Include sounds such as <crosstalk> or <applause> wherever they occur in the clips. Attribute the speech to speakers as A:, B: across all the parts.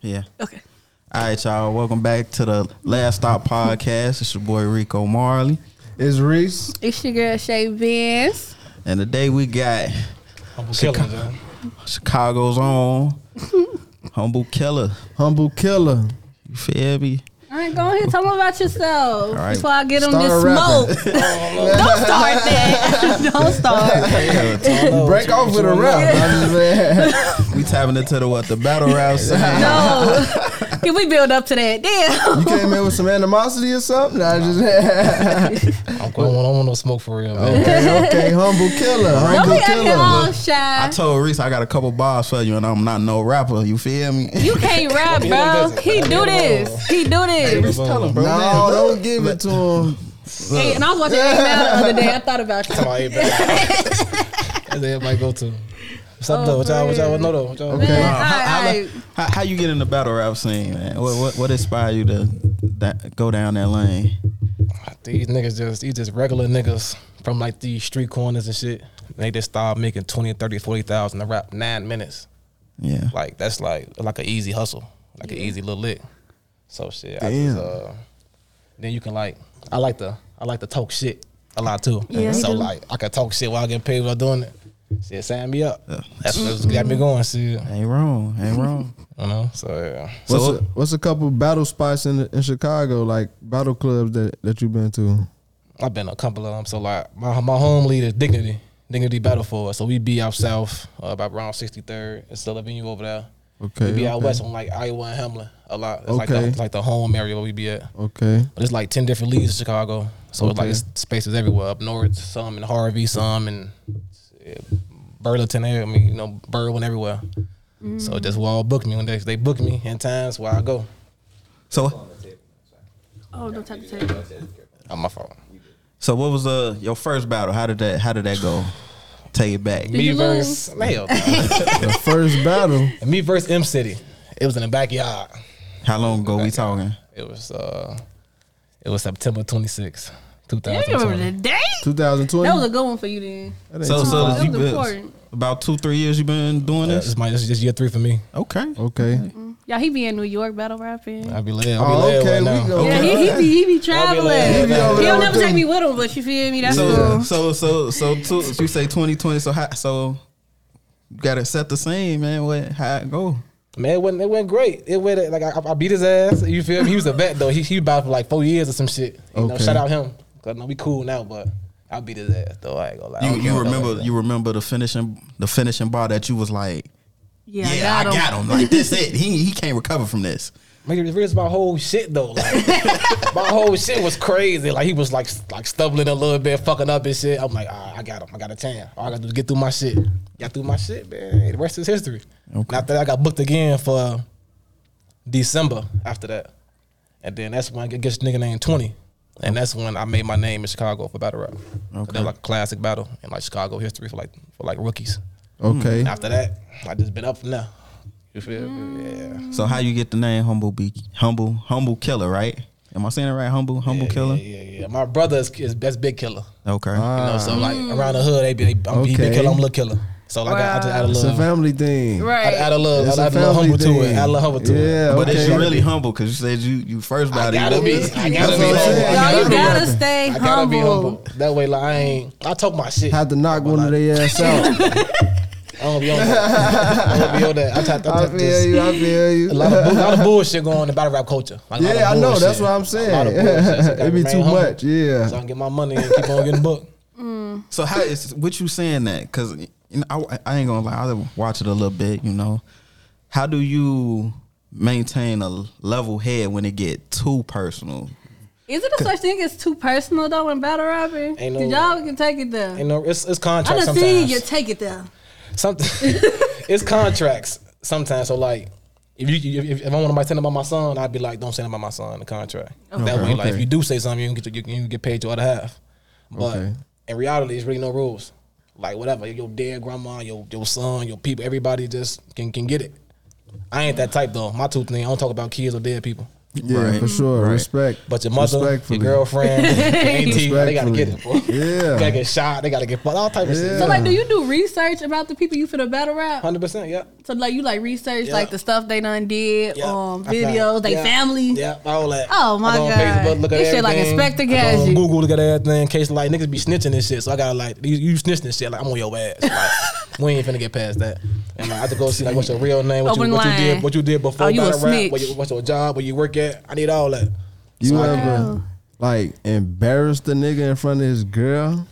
A: Yeah.
B: Okay.
A: All right, y'all. Welcome back to the Last Stop Podcast. It's your boy Rico Marley.
C: It's Reese.
D: It's your girl Shay Vince.
A: And today we got
E: I'm killing them.
A: Chicago's own Humble Killer.
C: Humble Killer.
A: You feel me?
D: All right, go ahead. Tell them about yourself
A: right.
D: before I get them
C: Start
D: this
C: rapping.
D: smoke. <laughs> Don't start that. <laughs> Don't start.
E: Oh,
C: Break off with a rap. I'm just
E: <laughs>
C: saying.
A: We tapping into the what? The battle rap scene.
D: No. Can we build up to that? Damn.
C: You came in with some animosity or something? I just
E: I'm going. I don't want no smoke for real, man.
C: okay, okay, humble killer,
D: Don't
C: humble
D: be acting all
A: I
C: killer.
D: shy.
A: told Reese I got a couple bars for you, and I'm not no rapper. You feel me?
D: You can't rap,
E: Leave him
D: bro.
E: busy.
D: He do this. He do this.
A: Just tell him, bro.
C: No, don't give it to him.
D: Hey, and I was watching AML the other day. I thought about you.
E: <laughs> Come on, everybody. <laughs> That's everybody go to. What's up,
D: Oh,
E: though? What y'all, what y'all
D: man.
E: know, though? What y'all
C: Okay.
D: Man,
A: Uh,
D: all
A: <laughs> how, how,
D: right.
A: how, how you get in the battle rap scene, man? What what, what inspired you to that, go down that lane?
E: These niggas just, these just regular niggas from like these street corners and shit. They just start making 20, 30, 40,000 to rap nine minutes.
A: Yeah.
E: Like, that's like like an easy hustle, like an easy little lick. So, shit. I
C: Damn.
E: just, uh, then you can, like, I like to, I like to talk shit a lot, too.
D: Yeah, he
E: so,
D: do.
E: like, I can talk shit while I get paid while doing it. Shit, sign me up. That's what's got me going, shit.
A: Ain't wrong. Ain't wrong.
E: You know? So, yeah.
C: What's,
A: So-
C: a, what's a couple battle spots in in Chicago, like battle clubs that, that you've been to?
E: I've been a couple of them. So like my my home lead is Dignity, Dignity Battle Force. So we be out south uh, about around 63rd. It's still a venue over there.
C: Okay,
E: we be
C: okay.
E: out west on like Iowa and Hamlin a lot. It's like the,
C: Okay.
E: it's like the home area where we be at.
C: Okay,
E: But it's like 10 different leagues in Chicago. So it's like
C: Okay.
E: it's spaces everywhere up north, some in Harvey, some in eh, Burlington area. I mean, you know, Berwyn everywhere.
D: Mm.
E: So just wall book me when they they book me in times where I go.
A: So
D: Oh, don't type the table.
E: On my phone.
A: so what was uh your first battle? How did that how did that go? Take it back.
E: Me
D: you
E: versus
D: <laughs>
E: Hell,
C: the first battle.
E: me versus M City. It was in the backyard.
A: How long ago we talking?
E: It was uh, it was September 26,
D: You remember the
E: 2020.
D: date?
C: 2020.
D: That was a good one for you then.
A: So so
D: That
A: you
D: was
A: been,
D: important.
A: about two three years you been doing
E: This
A: this.
E: is my this is just year three for me.
A: Okay.
C: okay.
E: Hmm.
D: Yeah, he be in New York battle rapping.
E: I be led. I be
C: Oh,
E: led
C: okay,
E: right now.
C: we go.
D: Yeah, he, he be he be traveling.
E: He
D: He
E: be over
C: there
D: don't
C: with
D: never take
C: them.
D: me with him, but you feel me? That's
A: So
D: cool.
A: so so so two, you say twenty twenty. So how, so you gotta set the scene, man. What how it go?
E: Man, it went it went great. It went like I, I beat his ass. You feel me? He was a vet though. He he about for like four years or some shit. You know,
C: Okay.
E: shout out him. Cause no, we cool now, but I beat his ass though. I ain't gonna lie. I
A: You
E: don't care
A: you
E: what nobody
A: remember
E: say.
A: you remember the finishing the finishing bar that you was like
D: Yeah,
A: yeah I
D: I got him.
A: got him like this it he he can't recover from this.
E: Man, it was my whole shit though. Like, my whole shit was crazy. Like he was like like stumbling a little bit, fucking up and shit. I'm like, all right, I got him. I got a tan. All I gotta do is get through my shit. Got through my shit, man. The rest is history. And after that, I got booked again for uh, December after that. And then that's when I get this nigga named 20. And that's when I made my name in Chicago for battle rap. Okay. That was like a classic battle in like Chicago history for like for like rookies.
C: Okay.
E: And after that, I just been up from there. You feel me? Yeah.
A: So how you get the name Humble Be Humble Humble Killer, right? Am I saying it right? Humble Humble
E: yeah,
A: Killer.
E: Yeah, yeah, yeah. My brother is, is that's big killer.
A: Okay.
E: You know, so like around the hood, they be, they, I'm, he big
C: Ah. Okay.
E: killer, I'm a little killer. So like I, I just add a
C: It's
E: little,
C: a family thing.
E: I
D: Right.
E: add a little,
C: It's
E: I
C: a
E: add a little
C: family
E: humble to
C: thing.
E: it, add a little humble to
C: Yeah,
E: it.
A: But is
C: okay.
A: you really humble? Because you said you you first
E: I
A: body.
E: gotta be, I gotta
C: That's
E: be
C: what I'm
E: humble.
C: saying.
E: I
D: Y'all,
E: gotta
D: you
E: be
D: gotta
E: humble.
D: stay
E: I gotta be
D: humble.
E: humble. That way, like I ain't, I talk my shit. I
C: Had to knock one of their ass
E: <laughs>
C: out.
E: don't be on that. I don't be on that. I try to
C: I
E: talk
C: feel
E: this.
C: you. I feel you.
E: A lot, of, bu- a lot of bullshit going on in battle rap culture. Like, a lot of
C: Yeah, I know. That's
E: bullshit.
C: what I'm
E: A lot of
C: saying.
E: bullshit. So I
C: it be
E: remain
C: too
E: humble
C: much.
E: So I
C: Yeah.
E: can get my money and keep on getting booked.
A: So how is what you saying that? Because you know, I, I ain't gonna lie. I watch it a little bit. You know, how do you maintain a level head when it get too personal?
D: Is it a such thing as too personal though in battle rapping?
E: Ain't
D: Did
E: no-
D: y'all can take it there?
E: You know, it's it's
D: I
E: contract
D: done
E: sometimes.
D: seen you take it there.
E: something. <laughs> it's contracts sometimes. So like, if you if, if I want to send about my son, I'd be like, don't send about my son the contract. That way,
C: Okay,
E: like, if
C: okay.
E: you do say something, you can get you, can get paid your other half. But
C: Okay.
E: in reality, it's really no rules. Like whatever your dead grandma, your your son, your people, everybody just can can get it. I ain't that type though. My two thing, I don't talk about kids or dead people.
C: Yeah,
A: Right.
C: for sure.
A: Right.
C: Respect.
E: But your mother, your
C: Respectfully.
E: girlfriend,
C: <laughs>
E: your auntie, they gotta get it. Bro.
C: Respectfully. Yeah.
E: gotta get shot. They gotta get fucked. All type of
C: Yeah.
D: So
E: shit.
D: like, do you do research about the people you for the battle rap?
E: Hundred percent. Yeah.
D: So like you like research
E: Yeah.
D: like the stuff they done did
E: Yeah.
D: on
E: I found-
D: videos, they
E: yeah.
D: family.
E: Yeah, all that.
D: Oh, my
E: I go on
D: God.
E: Facebook, look at
D: This shit like
E: everything.
D: Inspector
E: I go on
D: Gadget.
E: Google, look at everything. In case like niggas be snitching and shit, so I gotta like you, you snitching and shit. Like I'm on your ass.
D: <laughs>
E: Like, we ain't finna get past that. And like, I have to go see like what's your real name, what, you,
D: Open
E: what you
D: line.
E: did, what you did before
D: Oh, you a
E: battle rap, what
D: snitch.
E: you, what's your job, where you work at. I need all that.
C: You
E: So I-
C: ever like embarrassed the nigga in front of his girl?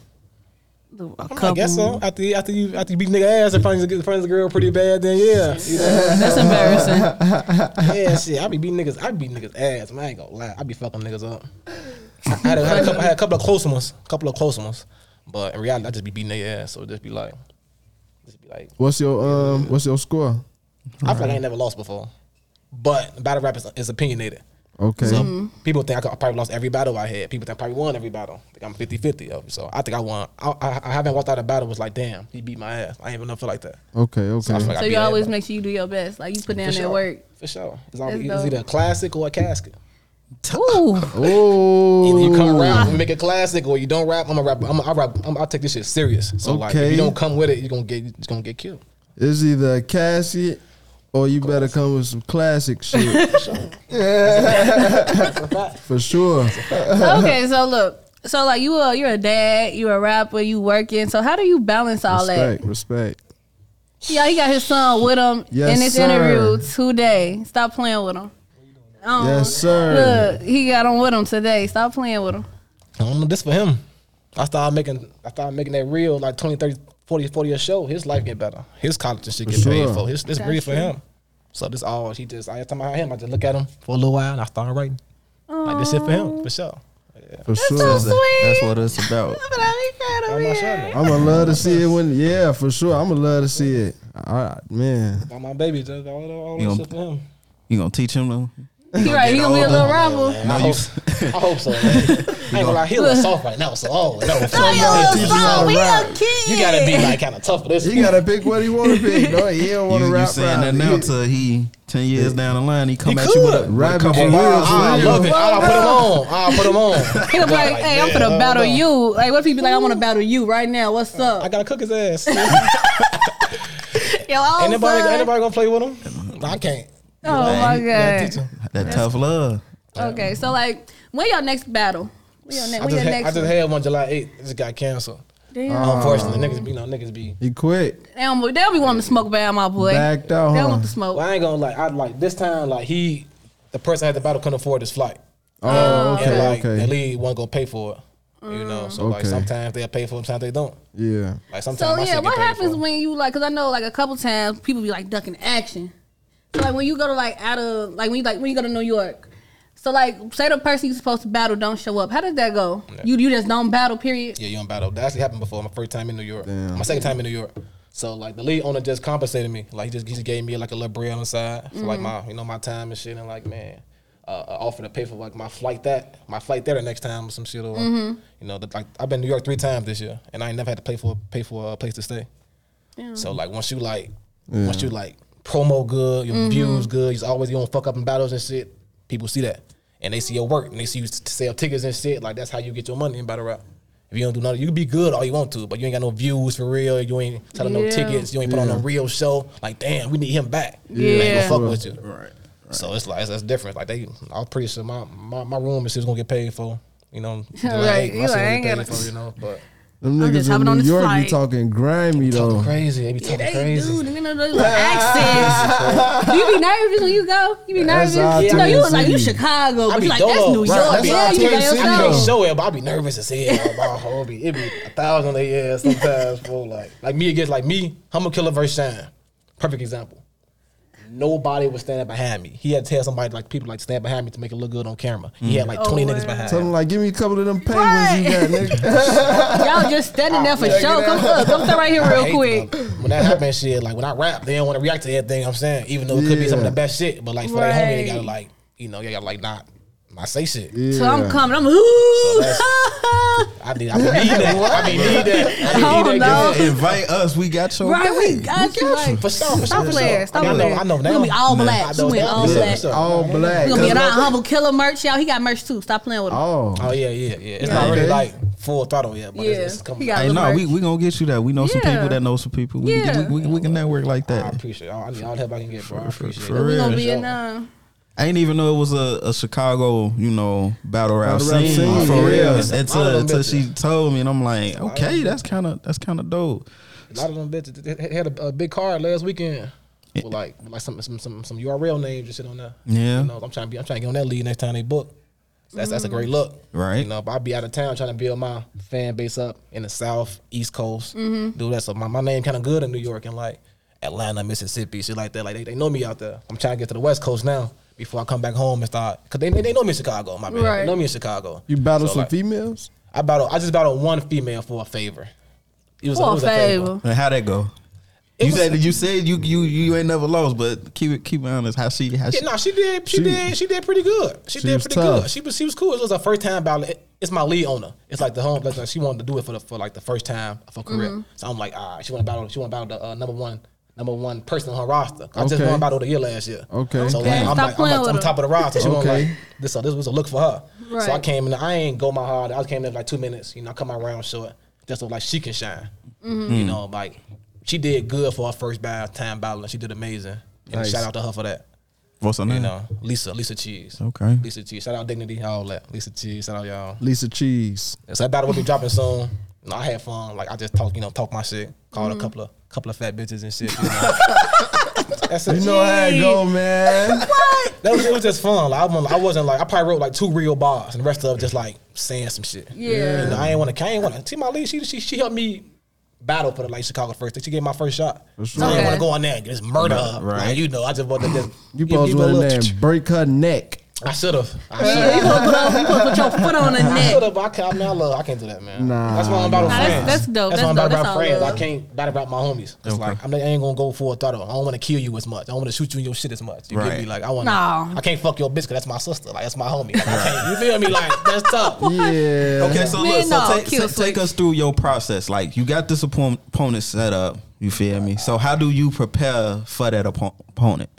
D: A
E: I
D: couple.
E: guess so. After you, after you, after you beat nigga ass in front of the- in front of the girl pretty bad, then yeah, You know?
D: <laughs> That's
E: <laughs>
D: embarrassing.
E: yeah, shit. I be beating niggas. I be beating niggas ass. Man, I ain't gonna lie. I be fucking niggas up. I had, a, had, a couple, I had a couple of close ones, couple of close ones, but in reality, I just be beating their ass. So just be like, just be like,
C: What's your um? What's your score?
E: I feel like I ain't never lost before, but battle rap is, is opinionated.
C: Okay.
E: So people think I, could- I probably lost every battle I had. People think I probably won every battle. I think I'm 50 50 of it. So I think I won. I, I, I haven't walked out of battle was like, damn, he beat my ass. I ain't even feel like that.
C: Okay.
E: So, I
C: Okay.
E: feel like
D: so
E: I beat
D: you always
E: everybody.
D: make sure you do your best. Like you put down
E: For
D: that
E: sure.
D: work.
E: For sure. It's, always,
D: That's
E: it's either a classic or a casket.
D: Ooh.
E: Either you come
C: Oh.
E: rap and make a classic, or you don't rap. I'm a rap. I'm a, I rap. I'm, I'll take this shit serious. So like, if
C: Okay.
E: you don't come with it, you're gonna get you're gonna get killed.
C: It's either a casket or you better come with some classic shit
E: That's a fact.
C: for sure.
D: okay, so look. So like you a you're a dad, you're a rapper, you working. So how do you balance all that?
C: Respect. Respect.
D: Yeah, he got his son with him
C: Yes,
D: in this
C: sir.
D: interview today. Stop playing with him. Um,
C: Yes, sir.
D: Look, he got on with him today. Stop playing with him.
E: I don't know this for him. I started making I started making that real like 20, 30, 40, 40 a show. His life get better. His college and shit get
C: sure.
E: paid for. His this
D: That's
E: real for
D: true.
E: him. So this all he just I talking about him. I just look at him for a little while and I started writing. Like this shit for him for sure.
C: For
D: so
C: sure.
D: sweet.
A: That's what it's about.
D: But I be proud of
E: I'm not
D: him.
E: sure. man.
C: I'm gonna love to see it when. Yeah, for sure. I'm gonna love to see it. I, man.
E: By my baby, just all, all
A: You
E: that
A: know-
E: shit for him.
A: You gonna teach him though?
D: He right, he gonna be a little rapper.
E: I,
A: No, you.
E: hope, I hope so. man. I ain't gonna lie, he look soft right now. So oh no,
D: Oh,
E: fuck
D: you
E: no.
D: a
C: teach
D: little
C: you how
D: soft.
C: to
D: We
C: rap.
D: a kid.
E: You gotta be like kind of tough for this.
C: He gotta pick what he wanna pick. No, he don't
A: You,
C: wanna
A: you
C: rap.
A: saying that
C: rap.
A: now
C: He-
A: till he ten years down the line he come
E: He
A: at you with a
E: could.
A: with a
C: Rapping
A: couple
C: for
E: Hey,
A: of
C: real,
E: I,
A: real.
C: for
E: I
C: real.
E: love it. I, put him on. I put him on.
D: He gonna be like, hey, I'm
E: yeah,
D: finna battle
E: hold on.
D: you. Like, what if he be like, I'm gonna battle you right now? What's
E: I
D: up?
E: gotta cook his ass. ain't
D: Yo, oh,
E: nobody,
D: son.
E: ain't nobody gonna play with him. I can't.
D: Oh my god.
A: <laughs> That tough love.
D: Okay, so like, when your next battle? When your, ne-
E: I
D: when your
E: just, had, I
D: next?
E: just had one July 8th. It just got canceled. Uh,
D: Damn.
E: Unfortunately, niggas be, you know, niggas be.
C: He quit.
D: They don't, they don't be wanting to smoke bad, my boy.
C: Backed out,
D: They
C: huh?
D: don't want to smoke.
E: Well, I ain't gonna like. I like this time. Like he, the person I had the battle couldn't afford his flight.
C: Oh,
E: and
C: okay,
E: like the
C: okay.
E: league won't go pay for it. You know, so like
C: Okay.
E: sometimes they'll pay for it, sometimes they don't.
C: Yeah.
E: Like sometimes
D: So
E: my
D: yeah,
E: shit get
D: what
E: paid
D: happens
E: for.
D: when you like? Cause I know like a couple times people be like ducking action. So like when you go to like out of like when you like when you go to New York. So like say the person you supposed to battle don't show up. How does that go? You you just don't battle. Period.
E: Yeah, you on battle. That actually happened before. My first time in New York.
C: Damn.
E: My second time in New York. So like the lead owner just compensated me. Like he just he just gave me like a little bread on the side for like my you know my time and shit and like man. Uh, I offered to pay for like my flight that my flight there the next time or some shit or you know the, like I've been to New York three times this year and I ain't never had to pay for pay for a place to stay. So
D: Mm-hmm.
E: like once you like once you like promo good,
D: Mm-hmm.
E: your views good, you always you don't fuck up in battles and shit. People see that and they see your work and they see you s- sell tickets and shit. Like that's how you get your money in battle rap. If you don't do nothing, you can be good all you want to, but you ain't got no views for real. You ain't selling
D: Yeah.
E: no tickets. You ain't put on a real show. Like damn, we need him back. They
D: Yeah.
E: ain't gonna fuck with you. Right. So it's like that's different. Like they, I'm pretty sure my my, my room is just gonna get paid for. You know,
D: <laughs> Right. You
E: my shit
D: like, I
E: gonna get
D: ain't
E: paid
D: gotta-
E: for, you know, but
C: Them
D: I'm
C: niggas
D: just
C: in
D: hopping on
C: New
D: this
C: York
D: flight.
C: be talking grimy though.
E: crazy. They be talking
D: They
E: crazy.
D: do. You know those
E: <laughs>
D: like accents. Do you be nervous when you go? You be nervous?
C: how I
D: You know
C: do
D: you
C: it,
D: was like you
C: see.
D: Chicago,
E: I
D: but
E: be
D: you like
E: dolo.
D: that's New York.
E: Right, that's
D: yeah,
E: how I
D: you
E: tell
D: by
E: you, see, I
D: yourself.
E: can't show it, but I be nervous as hell. My whole be it be a thousand of years sometimes. Fool, like like me against like me, Humble Killer versus Shine. Perfect example. Nobody was standing behind me. He had to tell somebody like people like stand behind me to make it look good on camera. He had like twenty
D: Oh,
E: niggas
D: wow.
E: behind.
C: Tell
E: him.
C: them like, give me a couple of them
D: <laughs>
C: penguins you got, nigga.
D: Y'all just standing there for
C: Yeah,
D: show.
C: get
D: Come
C: out.
D: look, come sit right here
E: I
D: real
E: hate
D: quick.
E: them. When that happens, shit, like when I rap, they don't want to react to everything I'm saying, even though it could be some of
C: Yeah.
E: the best shit. But like for their homie, they
D: Right.
E: gotta like, you know, they gotta like not, not say shit.
D: So I'm
C: Yeah.
D: coming. I'm ooh.
E: I be, I be need that. I be need that. I be
D: Oh,
E: need that.
D: no.
A: Invite us. We got your
D: <laughs> Right, we
A: back.
D: got you. Like,
E: For sure, for sure,
D: Stop
E: for
D: playing.
E: sure.
D: Stop
E: I mean, I
D: playing.
E: know, I know
D: We
E: now.
D: gonna be all
E: Nah,
D: black.
E: I
D: We
E: know
D: went
E: now.
D: all
E: Yeah.
D: black.
E: So-
A: Oh.
C: All black.
D: We gonna be in our humble killer merch. Y'all, he got merch too. Stop playing with him.
C: Oh.
E: Oh yeah, yeah, yeah. It's not
C: Okay.
E: really like full throttle yet, but
D: Yeah.
E: it's, it's coming.
D: He got-
E: I
A: Hey,
D: the
A: no, we
D: merch.
A: we gonna get you that. We know some
D: Yeah.
A: people that know some people. We,
D: Yeah.
A: can, we, we, we can network like that.
E: appreciate. It. I I need all the help I can get, bro. I
A: For- for-
E: appreciate.
A: for
E: it.
D: We
A: real.
D: gonna
E: For
D: be
E: sure.
D: in
E: <laughs>
D: uh,
A: I didn't even know it was a, a Chicago, you know, battle rap
C: Battle rap
A: scene,
C: scene,
A: for
C: yeah.
A: real.
E: It's a lot
A: Until
E: of them
A: until
E: bitches.
A: she told me, and I'm like,
E: lot of
A: okay,
E: them.
A: that's kind of that's kind of dope.
E: A lot of them bitches they- they had a, a big card last weekend. With like like some some some some URL names just sit on there.
A: Yeah.
E: You know, I'm trying to be I'm trying to get on that lead next time they book. That's that's a great look.
A: Right.
E: You know, but I'll be out of town trying to build my fan base up in the South, East Coast. Mm-hmm. Do that. So my, my name kinda good in New York and like Atlanta, Mississippi, shit like that. Like they, they know me out there. I'm trying to get to the West Coast now before I come back home and start cause they they, they know me in Chicago, my bad.
D: Right.
E: They know me in Chicago.
C: You battle
E: So,
C: some
E: like,
C: females?
E: I battled I just battled one female for a favor. It was, it
D: for a
E: was
D: favor.
A: And how'd that go? you said you said you you you ain't never lost, but keep it keep it honest. How she how she?
E: Yeah, no, she did. She,
C: She-
E: did. She did pretty good. She,
C: She
E: did
C: was
E: pretty
C: tough.
E: good. She was. She was cool. It was her first time battle. It- It's my lead owner. It's like the home. Like, like, she wanted to do it for the for like the first time of her career.
D: Mm-hmm.
E: So I'm like, ah, she want to battle. She want to battle the uh, number one. Number one person on her roster. I just
C: Okay.
E: won battle of the year last year.
C: Okay.
E: So
C: Okay.
E: I'm,
D: Stop
E: I'm like, I'm
D: playing
E: like
D: with
E: on
D: her.
E: top of the roster. She want
C: Okay.
E: like this. So this was a look for her. So I
D: Right.
E: came in. I ain't go my hard. I came in like two minutes. You know, I come my round short. Just so like she can shine.
D: Mm-hmm.
E: You know, like she did good for her first ba- time battling. She did amazing. And
C: Nice.
E: shout out to her for that.
A: What's her name?
E: You know, Lisa, Lisa Cheese.
A: Okay.
E: Lisa Cheese. Shout out Dignity, all that. Lisa Cheese. Shout out y'all.
C: Lisa Cheese.
E: So that battle will be dropping soon. No, I had fun. Like I just talk, you know, talk my shit. Called
D: Mm-hmm.
E: a couple of couple of fat bitches and shit. You know?
D: <laughs>
E: That's it.
C: You know how it go, man.
E: that was, it was just fun. Like, I, wasn't, I wasn't like I probably wrote like two real bars and the rest of it just like saying some shit.
D: Yeah.
E: You know, I ain't want to. I ain't want to. See my lead. She, she she helped me battle for the like Chicago first. She gave my first shot. So I
D: sure.
E: didn't want
D: Okay.
E: to go on there and just murder. her.
A: Right.
E: Like, you know, I just wanted to just
C: You
E: give- give
C: supposed to
E: her a
C: let
E: little-
C: her and break her neck.
E: I should have. I should
D: Yeah, you put, put, on- you put, put your foot
E: <laughs>
D: on the
E: I
D: neck.
E: should have. I can't. I, mean, I love. I can't do that, man.
C: Nah,
E: that's why I'm about
D: Nah, that's-
E: friends.
D: that's dope.
E: That's, why I'm
D: That's dope.
E: about, about
D: That's all
E: friends. I
D: love.
E: can't about about my homies. It's like I'm not, I ain't gonna go full throttle. I don't want to kill you as much. I don't want to shoot you in your shit as much. You
A: Right.
E: get me? Like I want.
D: Nah.
E: I can't fuck your bitch because that's my sister. Like that's my homie. Like, I can't- you feel me? Like that's tough. <laughs>
C: Yeah.
A: Okay, so
D: Man,
A: look, so
D: no,
A: take,
D: kill
A: ta- take
D: switch.
A: us through your process. Like you got this oppo- opponent set up. You feel me? So how do you prepare for that oppo- opponent?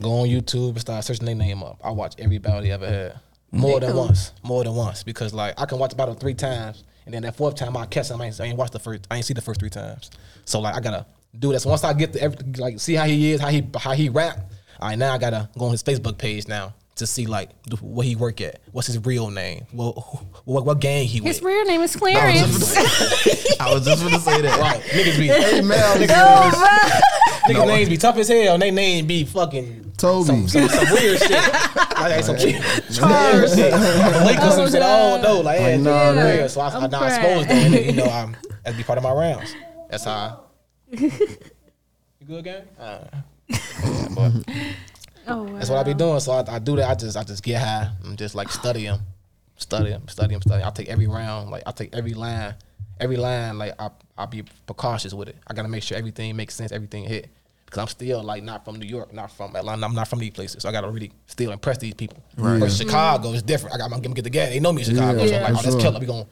E: Go on YouTube and start searching their name up. I watch every battle they ever had. More than once. More than once. Because like I can watch the battle three times and then that fourth time I catch them. I ain't, I ain't watch the first I ain't see the first three times. So like I gotta do this. Once I get the every, like see how he is, how he how he rap, all right now I gotta go on his Facebook page now to see like do- what he work at. What's his real name? What what, what gang he
D: His
E: with?
D: real name is Clarence.
E: <laughs>
D: <laughs>
A: I was just gonna say that.
E: Right. Niggas be
C: <laughs>
E: niggas,
D: Oh,
E: names be tough as hell and they name be fucking
C: Toby.
E: some, some, some weird shit. Like, like some weird, some weird shit. Like, Lake or some shit. I don't know. Like, yeah, it's
C: know
E: just
C: that.
E: weird. So I, I,
D: I'm
E: now I
D: crying.
E: exposed them. And then, you
D: <laughs>
E: know, I'm, that'd be part of my rounds. That's how I. You good, gang? Uh, <laughs> yeah, but
D: Oh, wow.
E: that's what I be doing. So I, I do that. I just I just get high. I'm just like study them, study them, study them, study. 'em. I take every round. Like I take every line, every line. Like I I be precautious with it. I gotta make sure everything makes sense. Everything hit. Cause I'm still like not from New York, not from Atlanta. I'm not from these places. So I gotta really still impress these people. Right. But Chicago is different. I got, I'm gonna get the gas. They know me in Chicago. So
D: Mm-hmm. Yeah,
E: I'm like,
C: for
E: oh, that's
C: sure.
E: killer. We gonna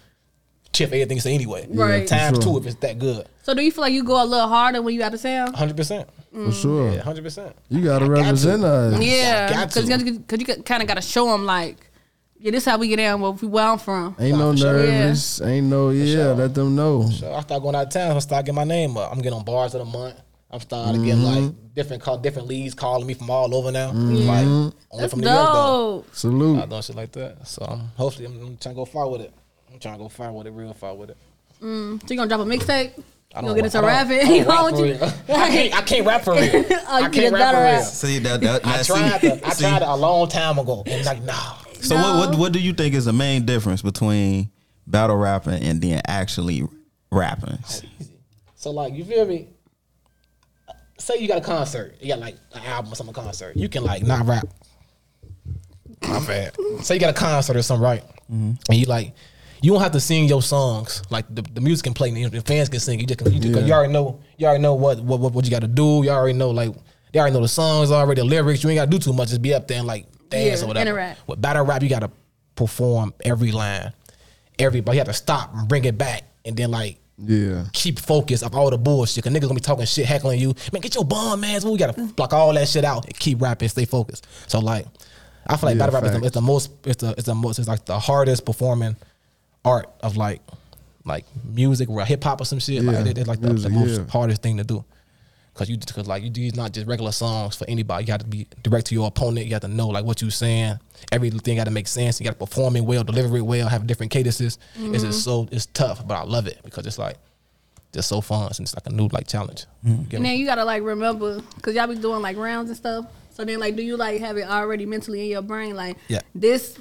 E: chip everything so anyway.
D: Right.
E: Times
C: for sure.
E: two if it's that good.
D: So do you feel like you go a little harder when you out of town?
E: 100. percent
D: Mm.
C: For sure.
E: Yeah, 100. percent
C: You gotta represent us.
E: Oh, Yeah,
D: Yeah,
E: got
D: because
E: to.
D: you, kind of got to show them like, yeah, this how we get down. Where we where I'm from.
C: Ain't no
E: for sure.
C: nervous. Ain't no yeah.
E: sure.
C: Let them know.
E: So I start going out of town. I start getting my name up. I'm getting on bars of the month. I'm starting to get
A: Mm-hmm.
E: like different call, different leads calling me from all over now. Like only
D: That's
E: from New York though.
D: dope.
E: I
C: Salute.
E: doing shit like that. So I'm hopefully I'm, I'm trying to go far with it. I'm trying to go far with it, real far with it.
D: So you gonna drop a mixtape? You
E: I
D: gonna get
E: don't
D: into
E: I
D: <laughs>
E: don't-
D: rapping?
E: I,
D: You
E: don't rap
D: want
E: for
D: you?
E: real. <laughs> I can't. I
D: <laughs>
E: can't rap for real.
D: Oh, you
E: I
D: just
E: can't rap
D: gotta
E: for
D: rap.
E: real.
A: See that that
E: I
A: now, see-
E: tried. To, I
A: see.
E: tried it a long time ago. And like, nah.
A: So what, what
D: No.
A: what do you think is the main difference between battle rapping and then actually rapping?
E: So like, you feel me? Say you got a concert, you got like an album or some concert. You can like not rap. My bad. Say you got a concert or something, right? And you like, you don't have to sing your songs. Like the, the music can play, and the fans can sing. You just, can, you, just
C: Yeah.
E: you already know, you already know what what what, what you got to do. You already know like, they already know the songs already, the lyrics. You ain't got to do too much. Just be up there and like dance
D: Yeah,
E: or whatever.
D: interact.
E: With battle rap, you got to perform every line. Everybody, you have to stop and bring it back, and then like
C: Yeah.
E: keep focus of all the bullshit. Cause niggas gonna be talking shit, heckling you. Man, get your bum, man. So we gotta block all that shit out and keep rapping, stay focused. So like, I feel like
C: Yeah,
E: battle rap is the,
C: facts.
E: it's the most, it's the, it's the most, it's like the hardest performing art of like like music or hip hop or some shit. like
C: Yeah,
E: that- that's like the,
C: music,
E: the most
C: yeah.
E: hardest thing to do. Cause you, cause like you, these not just regular songs for anybody. You got to be direct to your opponent. You got to know like what you saying. Everything got to make sense. You got to perform it well, deliver it well, have different cadences. It's just so it's tough, but I love it because it's like just so fun. And it's like a new like challenge. Get
D: And
E: me?
D: then you gotta like remember, cause y'all be doing like rounds and stuff. So then like, do you like have it already mentally in your brain? Like,
E: Yeah.
D: this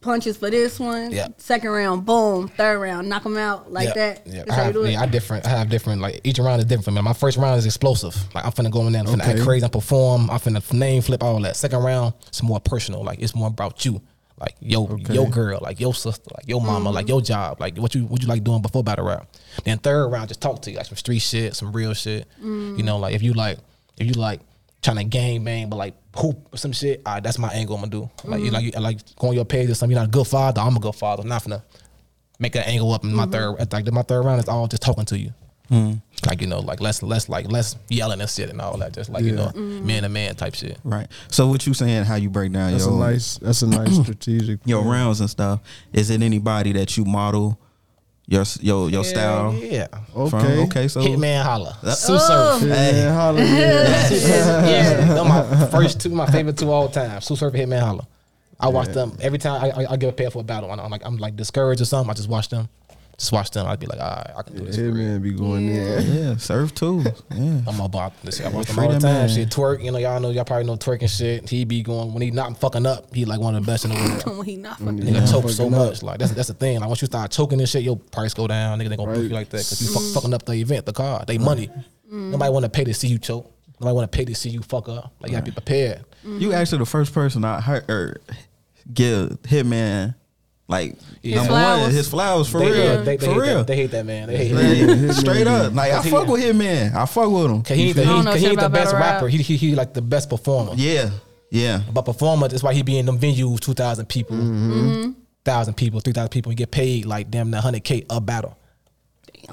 D: punch is for this one.
E: Yeah.
D: Second round, boom. Third round, knock them out like
E: Yeah,
D: that.
E: Yeah,
D: That's
E: I
D: how you
E: have,
D: do it.
E: yeah, I different. I have different. Like each round is different. Man, my first round is explosive. Like I'm finna go in there, I'm finna act
C: Okay.
E: crazy, I perform, I'm finna name flip all that. Second round, it's more personal. Like it's more about you. Like yo, yo girl, like your sister, like your mama, like your job, like what you what you like doing before battle rap. Then third round, just talk to you like some street shit, some real shit. You know, like if you like if you like trying to gang bang, but like hoop or some shit. All right, that's my angle I'm gonna do. Like you like you, like go on your page or something. You're not a good father. I'm a good father. I'm not finna make an angle up in my third like my third round is all just talking to you. Like you know, like less less like less yelling and shit and all that. Just like you know, man to man type shit.
A: Right. So what you saying? How you break down
C: That's
A: your
C: a nice. That's a nice strategic.
A: your rounds and stuff? Is it anybody that you model your your your style?
E: Yeah.
A: From?
C: Okay.
A: Okay. So
E: Hitman holla. Sue
D: Oh.
E: <laughs> Surf.
A: Hey.
C: Yeah, holla, yeah.
E: <laughs> yeah. They're my first two, my favorite two all time. Sue Surf and Hitman holla. I watch them every time I, I, I get prepared for a battle. and I'm like I'm like discouraged or something. I just watch them. Just watch them. I'd be like, all right, I can do this. for real.
C: Hitman be going in.
A: yeah, serve too. Yeah.
E: I'm about this. I watch him
A: free
E: all the
A: that
E: time.
A: man.
E: Shit, twerk. You know, y'all know, y'all probably know twerk and shit. He be going when he not fucking up. He like one of the best in the world.
D: When <laughs> he not fucking.
E: Nigga choke so
C: Fucking
E: much. Like that's that's the thing. Like once you start choking this shit, your price go down. Nigga, they gonna book
C: Right.
E: you like that because you fuck, fucking up the event, the car, they money. Nobody want to pay to see you choke. Nobody want to pay to see you fuck up. Like you gotta be prepared.
A: You actually the first person I heard or give Hitman like
E: His
A: number one
D: flowers.
A: his flowers for
E: they,
A: real
E: they, they
A: for
E: hate
A: real.
E: That, they hate that man. They hate
A: Man,
E: him.
A: straight up, like I
E: He-
A: fuck with Hitman. I fuck with him.
E: Cause he ain't the,
D: I
E: he,
D: don't know
E: cause he
D: shit
E: ain't the
D: about
E: best
D: battle rap.
E: rapper. He, he he like the best performer.
A: Yeah, yeah.
E: But performer, that's why he be in them venues, two thousand people, thousand people, three thousand people, and get paid like damn near hundred k a battle.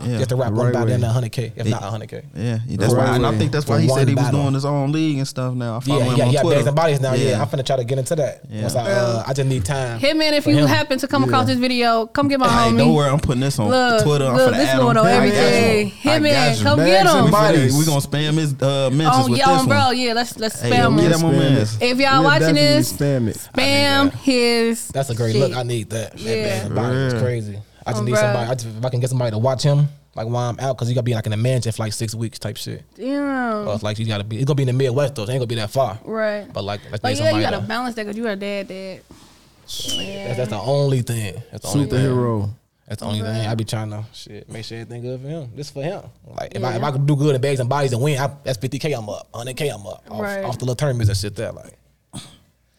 A: Yeah,
E: Just to rap
C: the
E: one
C: right
E: battle, damn
C: way.
E: near hundred k, if not hundred k.
A: Yeah, that's
C: Right
A: why, and I
C: way.
A: think that's why
E: For
A: he
E: one
A: said he was
E: battle.
A: doing his own league and stuff. Now I follow
E: Yeah,
A: him
E: yeah,
A: on
E: yeah,
A: Twitter.
E: bags and bodies now. Yeah.
A: Yeah.
E: I'm finna try to get into that.
A: Yeah.
E: Once I, uh, I just need time.
D: Hitman, if
E: for
D: you
E: him.
D: happen to come across this video, come get my
A: Hey,
D: homie.
A: don't worry, I'm putting this on
D: Look,
A: Twitter. I'm
D: look,
A: finna
D: this
A: add
D: going
A: him.
D: on
A: I got
D: everything.
A: you. I
D: Hitman,
A: got you.
D: come
A: Bags
D: get
A: and
D: him.
A: bodies. We gonna spam his uh, mentions
D: Oh,
A: with
D: yeah,
A: this
D: bro,
A: one.
D: yeah. Let's let's
A: Hey,
D: spam
A: yo, get
D: him.
A: that my man.
D: If y'all
C: We'll
D: watching
C: definitely
D: this,
C: Spam it.
D: spam his.
E: That's a great
D: shit.
E: look. I need that. That
D: Yeah.
E: man's body is crazy. I just
D: Oh,
E: need
D: bruh.
E: somebody. I just, if I can get somebody to watch him, like while I'm out, because you gotta be like in a mansion for like six weeks type shit.
D: Damn.
E: Or it's like you gotta be. It's gonna be in the Midwest though. So it ain't gonna be that far.
D: Right.
E: But like, like
D: But Oh,
E: need
D: yeah, you
E: somebody
D: gotta
E: to-
D: balance that because you are dad, dad.
E: that's, that's the only thing. That's the only thing.
C: Superhero.
E: That's the only thing. I be trying to shit make sure everything good for him. This for him. Like if I if I could do good in bags and bodies and win, I, that's fifty k. I'm up. Hundred k. I'm up. Off,
D: Right.
E: off the little tournaments and shit. That like.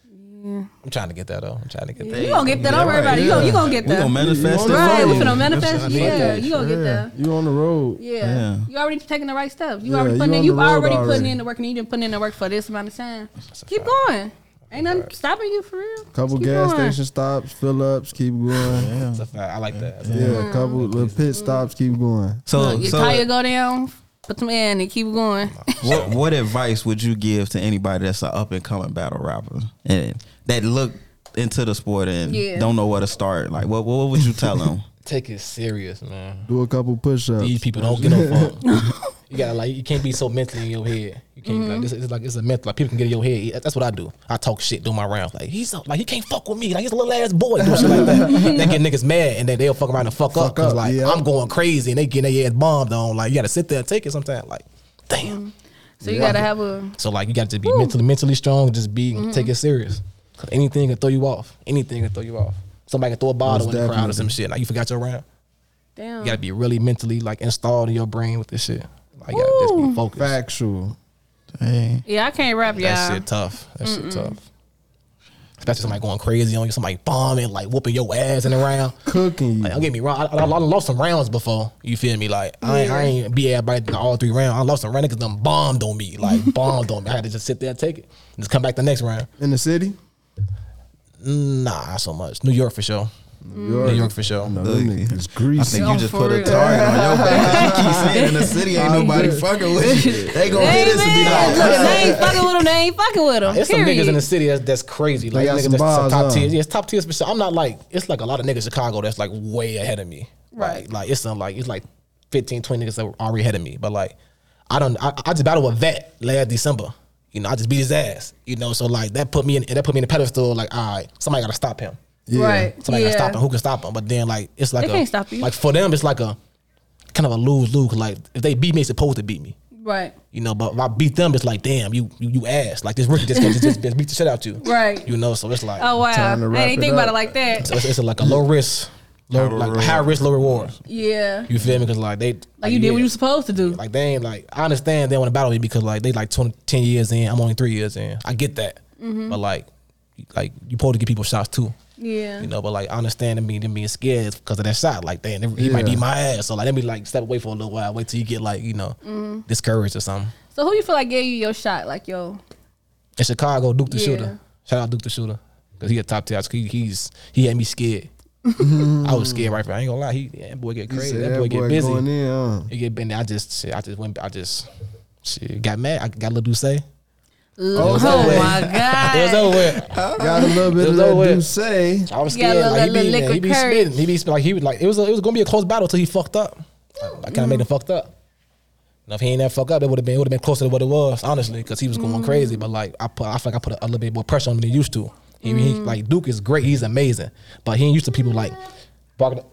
E: I'm trying to get that though. I'm trying to get that.
D: You gonna get that. Don't worry
A: right,
D: about it. You gonna, you gonna get
A: We
D: that.
A: gonna manifest
C: You on
A: it.
D: right.
C: the
D: We
C: road.
D: finna manifest.
E: That's what I
D: Yeah,
E: need.
D: you gonna get
C: Yeah.
D: that.
C: You on the road.
D: Yeah.
A: Yeah.
D: you already taking the right steps. You
C: Yeah,
D: already
C: you
D: putting in.
C: on
D: You
C: the road
D: already putting
C: already.
D: in the work, and you didn't putting in the work for this amount of time.
E: a
D: Keep
E: fact.
D: going. Ain't nothing stopping you for real.
C: Couple
D: Keep
C: gas
D: going.
C: station stops, fill ups, keep going.
E: That's a fact. I like that. That's a
C: Yeah, a couple little pit stops, keep going.
A: So,
D: Look, your tire
A: so
D: go down. Put some air in and keep going. <laughs>
A: what what advice would you give to anybody that's an up and coming battle rapper and that look into the sport and
D: Yeah.
A: don't know where to start? Like, what what would you tell
E: <laughs>
A: them?
E: take it serious, man.
C: Do a couple push ups.
E: These people don't get on phone. you gotta like you can't be so mentally in your head. You can't like this. It's like it's a mental. Like people can get in your head. That's what I do. I talk shit during my rounds. Like he's a, like he can't fuck with me. Like he's a little ass boy. Do shit like that. they get niggas mad and then they'll fuck around and fuck, up. Cause
C: up,
E: like
C: yeah.
E: I'm going crazy and they getting their ass bombed on. Like you gotta sit there and take it sometimes. Like damn.
D: So you gotta have a.
E: So like you got to be mentally mentally strong. Just be take it serious. 'Cause anything can throw you off. Anything can throw you off. Somebody can throw a bottle
C: Most
E: in the crowd or
C: definitely.
E: some shit. Like you forgot your round.
D: Damn.
E: You gotta be really mentally like installed in your brain with this shit. Like you gotta just be
D: Ooh.
E: focused.
C: Factual.
A: Hey,
D: Yeah, I can't rap,
E: That
D: y'all.
E: shit tough. That shit tough. Especially somebody going crazy on you, somebody bombing, like whooping your ass in the round.
C: Cooking you.
E: Like, don't get me wrong, I, I, I lost some rounds before. You feel me? Like I, ain't- I ain't be everybody in all three rounds. I lost some rounds because them bombed on
D: <laughs>
E: me, like bombed on me. I had to just sit there and take it, just come back the next round.
C: In the city?
E: Nah, not so much. New York for sure.
C: New
E: New York for sure.
C: No, them
A: Look.
C: niggas
A: I
C: greasy.
A: think
D: Oh,
A: you just
D: for
A: put a
D: real.
A: target on your back. 'cause You keep saying in the city ain't nobody fucking with you. They gonna
D: Hey
A: hit us and be
D: man,
A: like,
D: look, if they ain't fucking with him. They ain't fucking with him.
E: It's some
D: period.
E: niggas in the city that's, that's crazy. Like
C: got
E: niggas
C: some
E: that's
C: bars,
E: top
C: huh?
E: tier. Yeah, it's top tier. for sure. I'm not like it's like a lot of niggas in Chicago that's like way ahead of me.
D: Right.
E: Like, like it's not like it's like 15, 20 niggas that were already ahead of me. But like I don't I, I just battled a vet last December. You know, I just beat his ass. You know, so like that put me in that put me in the pedestal, like, all right, somebody gotta stop him.
D: Right.
E: Somebody
D: yeah.
E: gotta stop him. Who can stop him? But then like it's like
D: They
E: a,
D: can't stop you.
E: like for them it's like a kind of a lose lose. Like if they beat me, they supposed to beat me.
D: Right.
E: You know, but if I beat them, it's like damn, you you, you ass. Like this rookie just, just just beat the shit out you.
D: Right.
E: You know, so it's like
D: Oh wow. I
C: Time to wrap
D: didn't
C: it
D: think about
C: up.
D: it like that.
E: so it's, it's like a low risk, low
A: High
E: like
A: reward.
E: high risk, low reward.
D: Yeah.
E: You feel me? Because like they
D: Like you did what you
E: yeah.
D: were supposed to do.
E: like they ain't like I understand they want to battle me because like they like 20, 10 years in. I'm only three years in. I get that,
D: Mm-hmm.
E: but like like you supposed to give people shots too.
D: Yeah.
E: You know, but like I understand them being, them being scared because of that shot. Like, damn, they- he might
C: Yeah.
E: beat my ass. So like, let me like step away for a little while. Wait till you get like you know
D: Mm-hmm.
E: discouraged or something.
D: So who you feel like gave you your shot? Like
E: Oh,
D: yo.
E: In Chicago, Duke the
D: Yeah.
E: shooter. Shout out Duke the shooter because he a top tier. He, he's he had me scared. <laughs> I was scared right there. I ain't gonna lie. He yeah, that boy get
C: You
E: crazy.
C: said
E: That, boy, get busy.
C: Going in, huh?
E: It get been. I just, shit, I just went. I just, shit, got mad. I got little Duce. It
D: Oh,
E: over with. <laughs>
D: my
E: was
D: god.
E: over. with.
C: Got a little bit
E: It
C: of
E: was
C: that
E: over.
C: do say.
E: I was
D: You got a
E: scared.
D: little-
E: Like,
D: little
E: he be, man, he
D: liquid
E: be
D: courage.
E: spitting. He be sp- like he was like it was. A, it was gonna be a close battle till he fucked up. I kind of made him fucked up. Now, if he ain't that fuck up, it would have been. It would have been closer to what it was, honestly, because he was going
D: Mm.
E: crazy. But like I put, I feel like I put a, little bit more pressure on him than he used to. He, he-
D: Mm.
E: like Duke is great. He's amazing, but he ain't used to people like barking.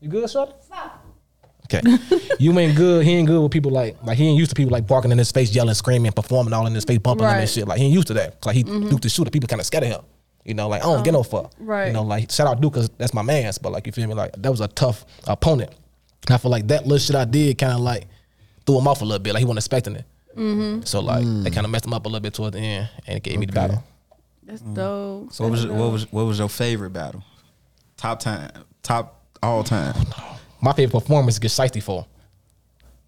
E: You good, Shorty?
D: <laughs>
E: Okay. you ain't good. He ain't good with people like like he ain't used to people like barking in his face, yelling, screaming, performing all in his face, bumping him
D: Right.
E: and shit. Like he ain't used to that. Like he
D: Mm-hmm.
E: Duke the shooter, people kind of scared of him. You know, like I don't get no fuck.
D: Oh, right.
E: You know, like shout out Duke, cause that's my man's. But like you feel me, like that was a tough opponent. And I feel like that little shit I did kind of like threw him off a little bit. Like he wasn't expecting it.
D: Mm-hmm.
E: So like that kind of messed him up a little bit toward the end, and it gave me the battle.
D: That's
E: Mm.
D: dope.
A: So what was your, what was what was your favorite battle? Top time, top all time.
E: My favorite performance is get Shiesty for.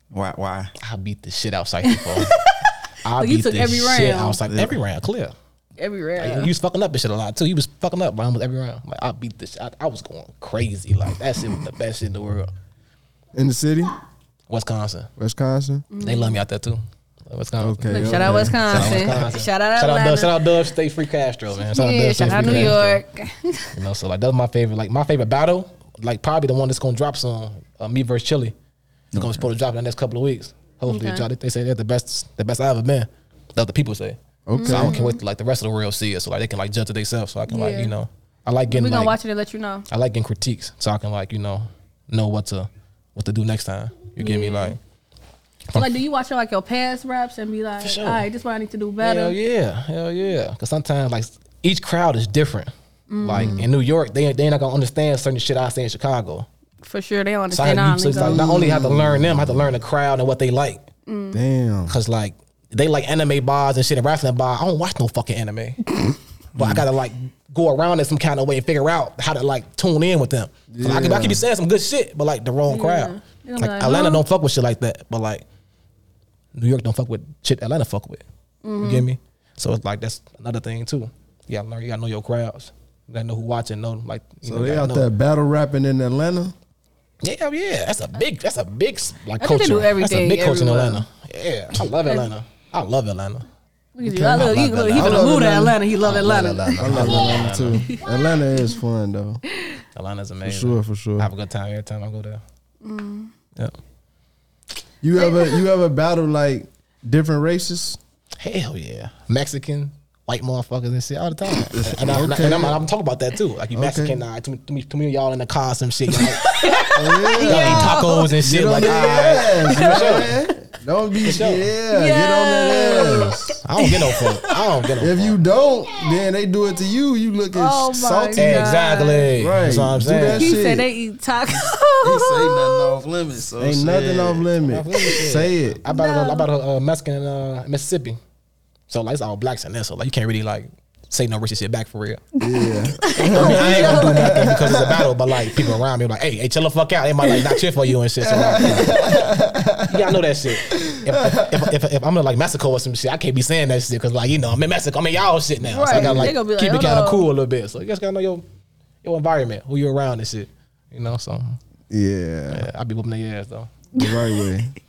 A: Why? Why?
E: I beat the shit out Shiesty
D: <laughs>
E: for.
D: So
E: I
D: you
E: beat
D: took
E: the
D: every
E: shit
D: round.
E: outside every round, clear.
D: Every
E: Like,
D: round.
E: He was fucking up and shit a lot too. He was fucking up like, almost every round. Like I beat this. I, I was going crazy. Like that shit was the best shit in the world.
C: In the city,
E: Wisconsin,
C: Wisconsin.
E: they love me out there too. Like, Wisconsin.
C: Okay.
D: Look, shout out Wisconsin. Shout out
E: Shout out,
D: Atlanta.
E: Dub, shout out Dub State Free Castro, man. Shout
D: Yeah,
E: Dub State
D: shout out
E: Free
D: New
E: Castro.
D: York.
E: <laughs> You know, so like that's my favorite. Like my favorite battle, like probably the one that's gonna drop soon. Uh, me versus Chili. It's gonna supposed to drop in the next couple of weeks. Hopefully,
D: Okay.
E: y'all- they- they say they're the best, the best I ever been. That's what the people say.
C: Okay.
E: So I don't- can't wait to like the rest of the world see it, so like they can like judge it themselves. So I can like
D: Yeah.
E: you know, I like
D: We're
E: getting
D: gonna
E: like
D: watch it and let you know.
E: I like getting critiques so I can like you know know what to what to do next time. You get me like
D: So like, do you watch your, like your past raps and be like,
E: sure.
D: all right, this is what I need to do better?
E: hell yeah, hell yeah. Because sometimes like each crowd is different. Like
D: Mm.
E: in New York, they they not gonna understand certain shit I say in Chicago.
D: For sure, they Mm. don't
E: So, I,
D: understand
E: have-
D: our
E: so it's like
D: lingo.
E: not only have to learn them, I have to learn the crowd and what they like.
D: Mm-hmm.
C: Damn.
E: Cause like they like anime bars and shit and wrestling bars. I don't watch no
C: <laughs>
E: fucking anime, but I gotta like go around it some kind of way and figure out how to like tune in with them. 'Cause I, could, I could be saying some good shit, but like the wrong crowd.
D: They gonna
E: Like,
D: be like,
E: Atlanta
D: huh?
E: don't fuck with shit like that, but like New York don't fuck with shit Atlanta fuck with. You
D: Mm-hmm.
E: get me? So it's like that's another thing too. You gotta learn. You gotta know your crowds. You gotta know who watching. Know like you
C: So
E: know,
C: they
E: gotta
C: out
E: know.
C: there battle rapping in Atlanta.
E: Yeah, yeah. That's a big. That's a big like
D: I think
E: culture.
D: they do
E: that's a
D: everything
E: big culture in
D: everywhere.
E: Atlanta. Yeah, I love Atlanta. I love Atlanta.
D: Look at you. I love- he-
E: I love
D: look, He
E: Atlanta.
D: gonna move to
C: I love
D: Atlanta. He love Atlanta.
E: Atlanta.
C: I love Atlanta too. Atlanta is fun though.
E: Atlanta's amazing.
C: Sure, for sure.
E: I have a good time every time I go there. Yep.
C: You ever you ever battle like different races?
E: Hell yeah. Mexican, white motherfuckers and shit all the
C: <laughs>
E: time. and, I, and, I, am I'm talking about that too. Like you Mexican, nah, too, too, many- too many of y'all in the car some shit.
C: <laughs>
E: Y'all,
C: Oh,
E: y'all eat tacos and shit.
C: Get on
E: Like,
C: their
E: I,
C: ass,
E: sure.
C: man. Don't be
E: sure.
C: yeah, Get on their ass.
E: I don't get no fuck. I don't get no
C: If
E: fuck.
C: you don't, then they do it to you. You looking
D: Oh my
C: salty.
D: God.
C: Right.
E: Exactly. That's what I'm
C: Do
E: saying.
C: that
D: <laughs> He
C: Shit.
D: said they eat
A: He say nothing
D: tacos.
A: off limits. So
C: Ain't
A: shit.
C: nothing off limit.
E: Off limit, shit.
C: Say it.
E: I bought a, I bought a, uh Mexican in uh, Mississippi. So like it's all blacks in there, so like you can't really like say no racist shit back for real. <laughs>
C: Yeah.
E: I mean, I ain't gonna do nothing because it's a battle, but like people around me like, hey, hey, chill the fuck out. They might like not cheer for you and shit. So like, you gotta know that shit. If, if, if, if I'm in like Mexico or some shit, I can't be saying that shit because like you know I'm in Mexico, I'm in y'all shit now. So I
D: Right.
E: gotta
D: They gonna be
E: like
D: like,
E: keep it
D: hold
E: kind of
D: on.
E: cool a little bit. So you guys gotta know your your environment, who you're around and shit. You know, so
C: Yeah.
E: yeah, I be whooping their ass though.
C: The right way.
D: <laughs>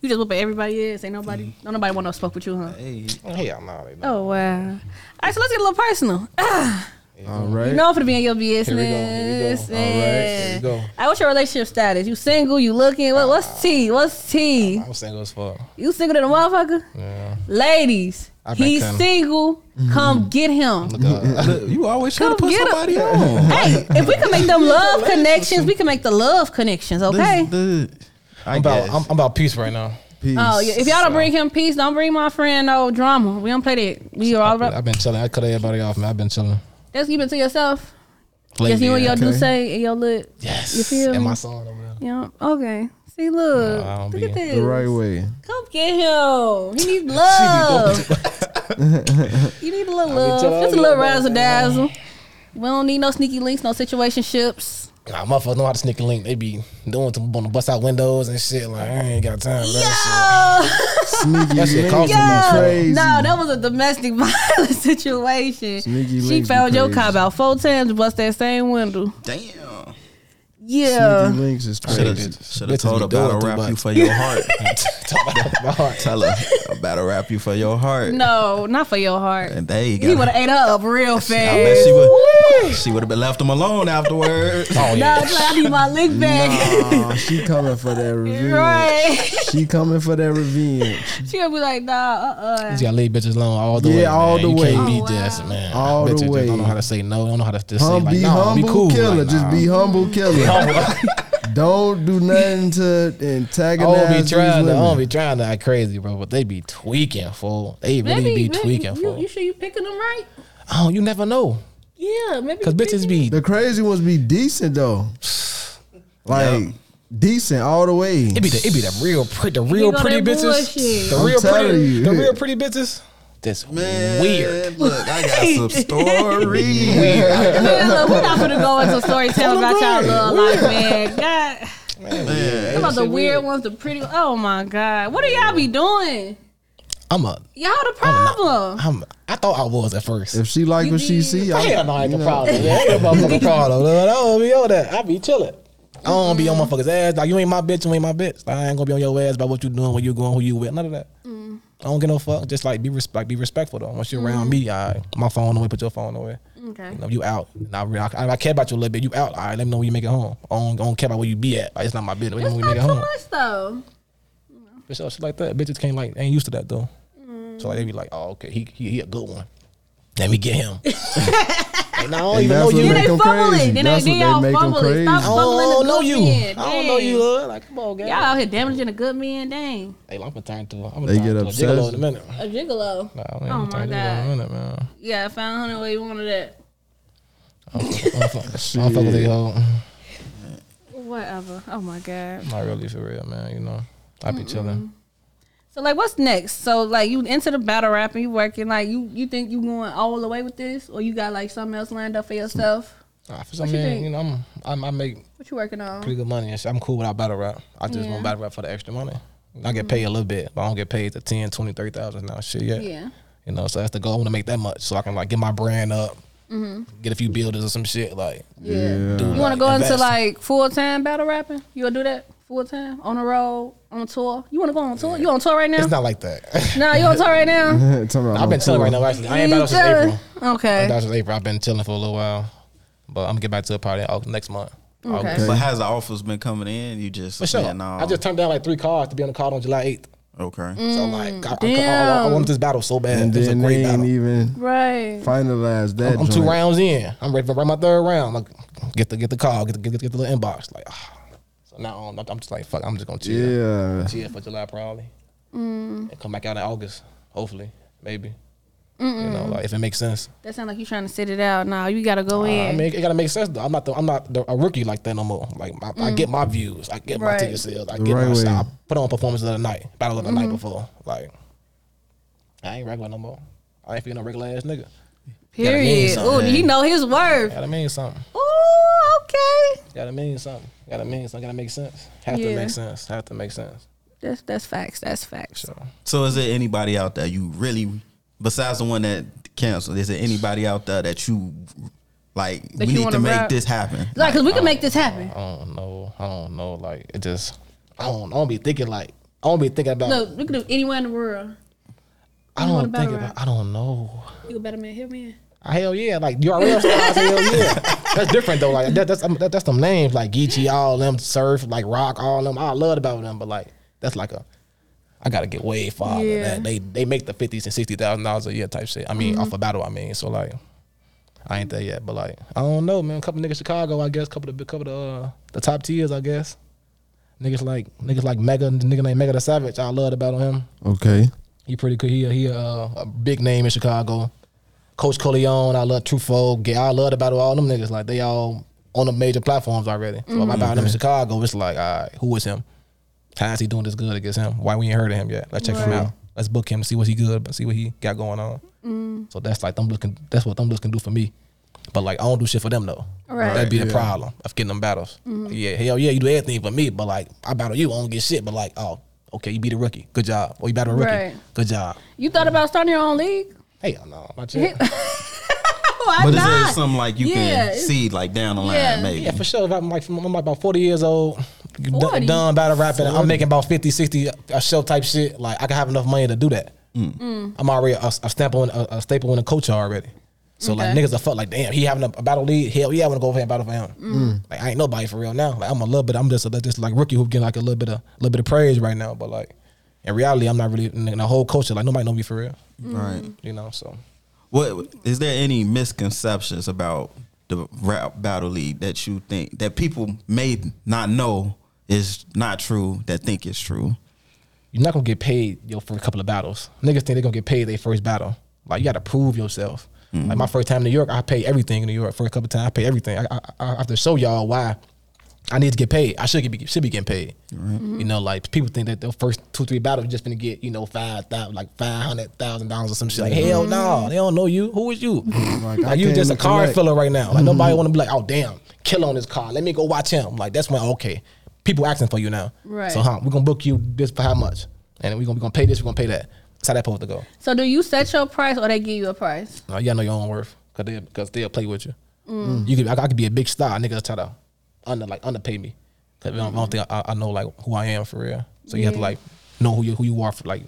D: You just whooping everybody else. Ain't
E: Mm.
D: nobody, don't nobody want to smoke with you, huh?
A: Hey,
E: Hell no, they not.
D: Oh wow. All right, so let's get a little personal. Ah,
C: All right.
D: You know I'm finna be in your
E: we go,
D: business.
E: here we go. All right, here we
D: and-
E: go.
D: Hey, what's your relationship status? You single? You looking? What, what's T? What's T?
E: I'm single as fuck.
D: You single than a motherfucker?
E: Yeah.
D: Ladies,
E: I've been
D: he's
E: kinda-
D: single.
E: Mm-hmm.
D: Come get
E: <laughs>
D: him.
A: Look, you always trying to
D: Come
A: put
D: get 'em.
A: somebody on.
D: Hey, if we can make
E: <laughs>
D: them love connections, we can make the love connections, okay?
A: This- the- I
E: I'm about,
A: guess.
E: I'm, I'm about peace right now.
C: Peace.
D: oh, yeah. If y'all don't bring him peace, don't bring my friend no drama. We don't play that. We are all about.
E: I've been chilling. I cut everybody off, man. I've been chilling.
D: That's keep it to yourself. Just
E: Lately,
D: you and your do
E: yeah.
D: say and your look.
E: Yes.
D: You feel
E: And
D: me?
E: my song, man.
D: Yeah. Okay. See, look.
E: Nah, I don't
D: look
E: be-
D: at this.
C: the right way.
D: Come get him.
C: <laughs>
D: He needs love. you need a little love.
E: telling
D: Just a
E: you
D: little
E: about
D: razzle
E: that.
D: dazzle. We don't need no sneaky links, no situationships.
E: Nah, motherfuckers know how to sneak a link. They be doing to on the bust out windows and shit. Like I ain't got time for that
D: Yo, <laughs>
C: Sneaky
E: That shit
C: link
E: cost
C: be
E: me money.
C: crazy.
D: no, that was a domestic <laughs> violence situation.
C: Sneaky
D: she
C: links be
D: found your
C: crazy.
D: cop out four times to bust that same window.
A: Damn.
D: Yeah,
C: Sneaky links is
A: Should
C: crazy.
A: have should have
E: Bitches
A: told
E: be
A: her battle
E: doing too
A: rap you
E: much.
A: for your heart.
E: shit. <laughs> Talk about my heart.
A: Tell her I battle rap you for your heart.
D: no, not for your heart.
A: And there you
D: He would
A: go.
D: have ate her up real fast.
A: I bet she would. <laughs> She would have been left him alone afterwards.
E: <laughs> Oh
D: No,
E: yeah.
D: play, I need my lick back.
E: <laughs>
C: Aw, she coming for that revenge.
D: right? <laughs>
C: She coming for that revenge.
D: She gonna be like, nah, uh,
E: You gotta leave bitches alone all the
C: Yeah,
E: way.
C: all
E: man.
C: the
E: you
C: way.
E: Can't be
D: Oh, wow.
E: this, man.
C: All the
E: bitches just
C: way.
E: Don't know how to say no. Don't know how to just
C: Hum,
E: say like,
C: be
E: nah,
C: humble
E: be cool.
C: killer.
E: Like,
C: Just
E: nah.
C: be humble killer. <laughs> Don't do nothing to antagonize.
E: I don't be
C: these
E: trying to, I
C: women.
E: don't be trying to act crazy, bro. But they be tweaking, fool. They
D: uh.
E: really be tweaking,
D: you,
E: fool.
D: you sure you picking them right?
E: oh, you never know,
D: Yeah, maybe.
E: cause
D: you
E: bitches
D: picking-
E: be
C: The crazy ones be decent
E: <sighs>
C: though. Like decent all the way.
E: It be the it be the real pretty the real
D: go
E: pretty
D: that
E: bitches.
D: bullshit.
E: The
C: I'm
E: real
C: telling
E: pretty
C: you.
E: the real pretty bitches. That's
A: Man,
E: weird.
A: Look, I got some
D: <laughs>
A: stories.
D: Man, look, we're not gonna <laughs> go into storytelling about y'all love life, man. God,
A: Man,
D: about the
E: shit
D: weird
E: weird.
D: ones, the pretty. Oh my God, what do y'all be doing?
E: I'm a
D: Y'all the problem.
E: I'm I thought I was at first.
C: if she like what she
D: You
C: see, I,
E: Hell no, I ain't
C: you
E: the
C: know,
E: problem. man. I ain't the motherfucking problem. man. I don't be on that. I be chilling. I don't be on
D: Mm-hmm.
E: motherfuckers ass. Like you ain't my bitch, you ain't my bitch. Like, I ain't gonna be on your ass about what you doing, where you going, who you with, none of that.
D: Mm.
E: I don't give no fuck. Just like be res- like be respectful though. Once you're
D: Mm-hmm.
E: around me, I my phone away, put your phone away.
D: Okay.
E: You know, you out. And I, re- I, I care about you a little bit. You out. All right, let me know when you make it home. I don't, I don't care about where you be at. Like, it's not my business. Let me know
D: It's
E: when you
D: not
E: make it
D: too
E: home.
D: much though.
E: Bitch, oh, shit like that. Bitches can't like ain't used to that though. So like, they be like, oh okay, he, he he a good one. Let me get <laughs> him. and I don't
C: And that's
E: even know
C: what
E: you.
D: Then
C: make
D: they
C: 'em
D: fumble
C: crazy.
D: it. Then they,
C: That's
D: then
C: what
D: y'all
C: they make 'em
D: fumble it. Stop
E: I don't,
D: fumbling the
E: know
D: good
E: you.
D: man.
E: I don't know
D: Dang.
E: you. Lil. Like, come on, gang.
D: Y'all out here damaging a good man. Dang,
E: Hey, I'm gonna turn to. I'm gonna
C: They
E: turn
C: get
E: to a
C: obsessed.
E: gigolo in a minute.
D: a gigolo.
E: Nah, I'm
D: Oh
E: gonna
D: my
E: turn to a gigolo in a minute, man.
D: Yeah, I found her where you wanted that.
E: I <laughs> don't fuck- I don't fuck- I don't fuck with they hoe.
D: Whatever. Oh my God.
E: Not really for real, man. You know, I be chilling.
D: So like, what's next? So like, you into the battle rap and you working like you you think you going all the way with this, or you got like something else lined up for yourself?
E: Nah, for
D: What
E: some
D: you
E: man,
D: think?
E: you know, I'm, I'm I make
D: What you working on?
E: pretty good money and shit. I'm cool without battle rap. I just
D: Yeah.
E: want battle rap for the extra money. I get paid a little bit, but I don't get paid the 10, 20, 30,000 now. Shit, yeah.
D: Yeah.
E: You know, so that's the goal. I want to make that much so I can like get my brand up, get a few builders or some shit. Like,
D: Mm-hmm. Yeah.
C: Yeah.
E: do,
D: You want to
E: like,
D: go into
E: invest.
D: like full time battle rapping? You gonna do that full time on the road on tour? You want to go on tour? You on tour right now?
E: It's not like that. <laughs>
D: Nah, you on tour right now?
C: <laughs> Talking about
E: I've been
C: no
E: chilling
C: tour.
E: right now. Actually, I ain't
D: You
E: battled since
D: chilling?
E: April. I
D: Okay.
E: battled since April. I've been chilling for a little while, but I'm gonna get back to a party out next month.
D: Okay.
E: August.
A: But has the offers been coming in? You just
E: For sure.
A: yeah, no.
E: I just turned down like three cars to be on the card on July 8th.
A: okay.
D: Mm.
E: So like, I, I, I, I
D: Damn.
E: want this battle so bad.
C: And
E: it's a
C: then
E: great
C: they ain't
E: battle.
C: even
D: Right.
C: finalized that.
E: I'm, I'm two
C: joint.
E: rounds in. I'm ready for right my third round. Like, get the get the call, get the get the, get the little inbox. Like, ah. so now I'm, I'm just like, fuck, I'm just gonna chill,
C: Yeah.
E: chill for July probably, and come back out in August, hopefully, maybe. You know, like if it makes sense.
D: That sound like you trying to sit it out. Nah, you gotta go
E: I
D: in.
E: mean, it gotta make sense though. I'm not the, I'm not the, a rookie like that no more. Like I, I get my views, I get my
D: Right.
E: ticket sales, I get
C: right
E: my
C: way.
E: shit. I put on performances of the night, battle of the night before. Like I ain't regular no more. I ain't feeling no regular ass nigga. gotta mean
D: Period. Ooh,
E: something.
D: he know his worth.
E: Gotta mean something.
D: Ooh, okay.
E: Gotta mean something. Gotta mean something. Gotta make sense. Have
D: Yeah.
E: to make sense. Have to make sense.
D: That's that's facts. That's facts.
E: So
A: So is there anybody out there you really besides the one that canceled, is there anybody out there that you like we
D: That you
A: need
D: wanna
A: to make
D: rap?
A: this happen?
D: Like, cause we can make this happen.
E: I don't know. I don't know. Like it just. I don't. I don't be thinking like. I don't be thinking about.
D: Look, we can do anywhere in the world.
E: I
D: you wanna
E: don't
D: battle
E: think
D: rap?
E: about. I don't know.
D: You a better man, hit me.
E: Hell yeah, like URL stars. hell yeah, that's different though. Like that, that's um, that, that's them names like Geechee, all them surf, like rock, all them. I love about them, but like that's like a. I gotta get way far. than
D: Yeah.
E: That. They they make the fifties and sixty thousand dollars a year type shit. I mean, off a battle. I mean, so like, I ain't there yet. But like, I don't know, man. A couple niggas Chicago, I guess. Couple of the couple of the, uh, the top tiers, I guess. Niggas like niggas like Mega, the nigga named Mega the Savage. I love about him.
C: Okay.
E: He pretty good. He a- he a, uh, a big name in Chicago. Coach Coleon, I love Truffaut. Ga- I love about all them niggas. Like they all on the major platforms already. So if I buy them in Chicago, it's like, all right, who is him? How is he doing this good against him? Why we ain't heard of him yet? Let's check him out. Let's book him, see what he good, but see what he got going on. So that's like them looking. That's what them looking do for me. But like I don't do shit for them though.
D: Right.
E: That'd be the problem of getting them battles. Yeah, hell yeah, you do everything for me, but like I battle you, I don't get shit. But like, oh, okay, you beat a rookie, good job. Or you battle a rookie,
D: Right.
E: good job.
D: You thought about starting your own league?
E: <laughs> Hell no, my shit.
D: <laughs> Why
A: But is
D: not?
A: it something like you
D: Yeah,
A: can
D: it's-
A: see like down the line
D: Yeah.
A: maybe?
E: <laughs> yeah, for sure. If I'm like, I'm like about 40 years old, d-
D: 40?
E: done battle rapping, I'm making about 50, 60 a show type shit. Like I can have enough money to do that.
D: Mm.
E: I'm already a, a staple, in, a, a staple in a culture already. So like
D: Okay.
E: niggas are fuck like damn he having a, a battle lead hell yeah I want to go over here and battle for him
D: Mm.
E: like I ain't nobody for real now like I'm a little bit I'm just a, just like rookie who getting like a little bit of little bit of praise right now but like in reality I'm not really in the whole culture like nobody know me for real
D: Mm.
A: Right.
E: you know so
A: What is there any misconceptions about the rap battle league that you think that people may not know is not true that think it's true?
E: you're not gonna get paid your first couple of battles. Niggas think they're gonna get paid their first battle. Like you gotta prove yourself. Like my first time in New York, I paid everything in New York. First couple times, I paid everything. I, I, I have to show y'all why I need to get paid. I should be should be getting paid. You know, like people think that their first two three battles just gonna get you know five thousand like five hundred thousand dollars or some shit. Like hell no, they don't know you. Who is you? Like,
C: I
E: you
C: came
E: just
C: to
E: a card
C: collect.
E: filler right now. Like nobody want to be like, oh damn, kill on this card. Let me go watch him. Like that's when okay, people asking for you now.
D: Right.
E: So huh, we're gonna book you this for how much? And then we're gonna, we gonna pay this, we're gonna pay that. That's how that supposed to go.
D: so do you set your price or they give you a price?
E: No, you gotta know your own worth. Cause they cause they'll play with you.
D: Mm.
E: You could I, I could be a big star, niggas try to under like underpay me. Cause I, don't, I don't think I, I know like who I am for real. So you have to
D: Yeah.
E: like know who you who you are for like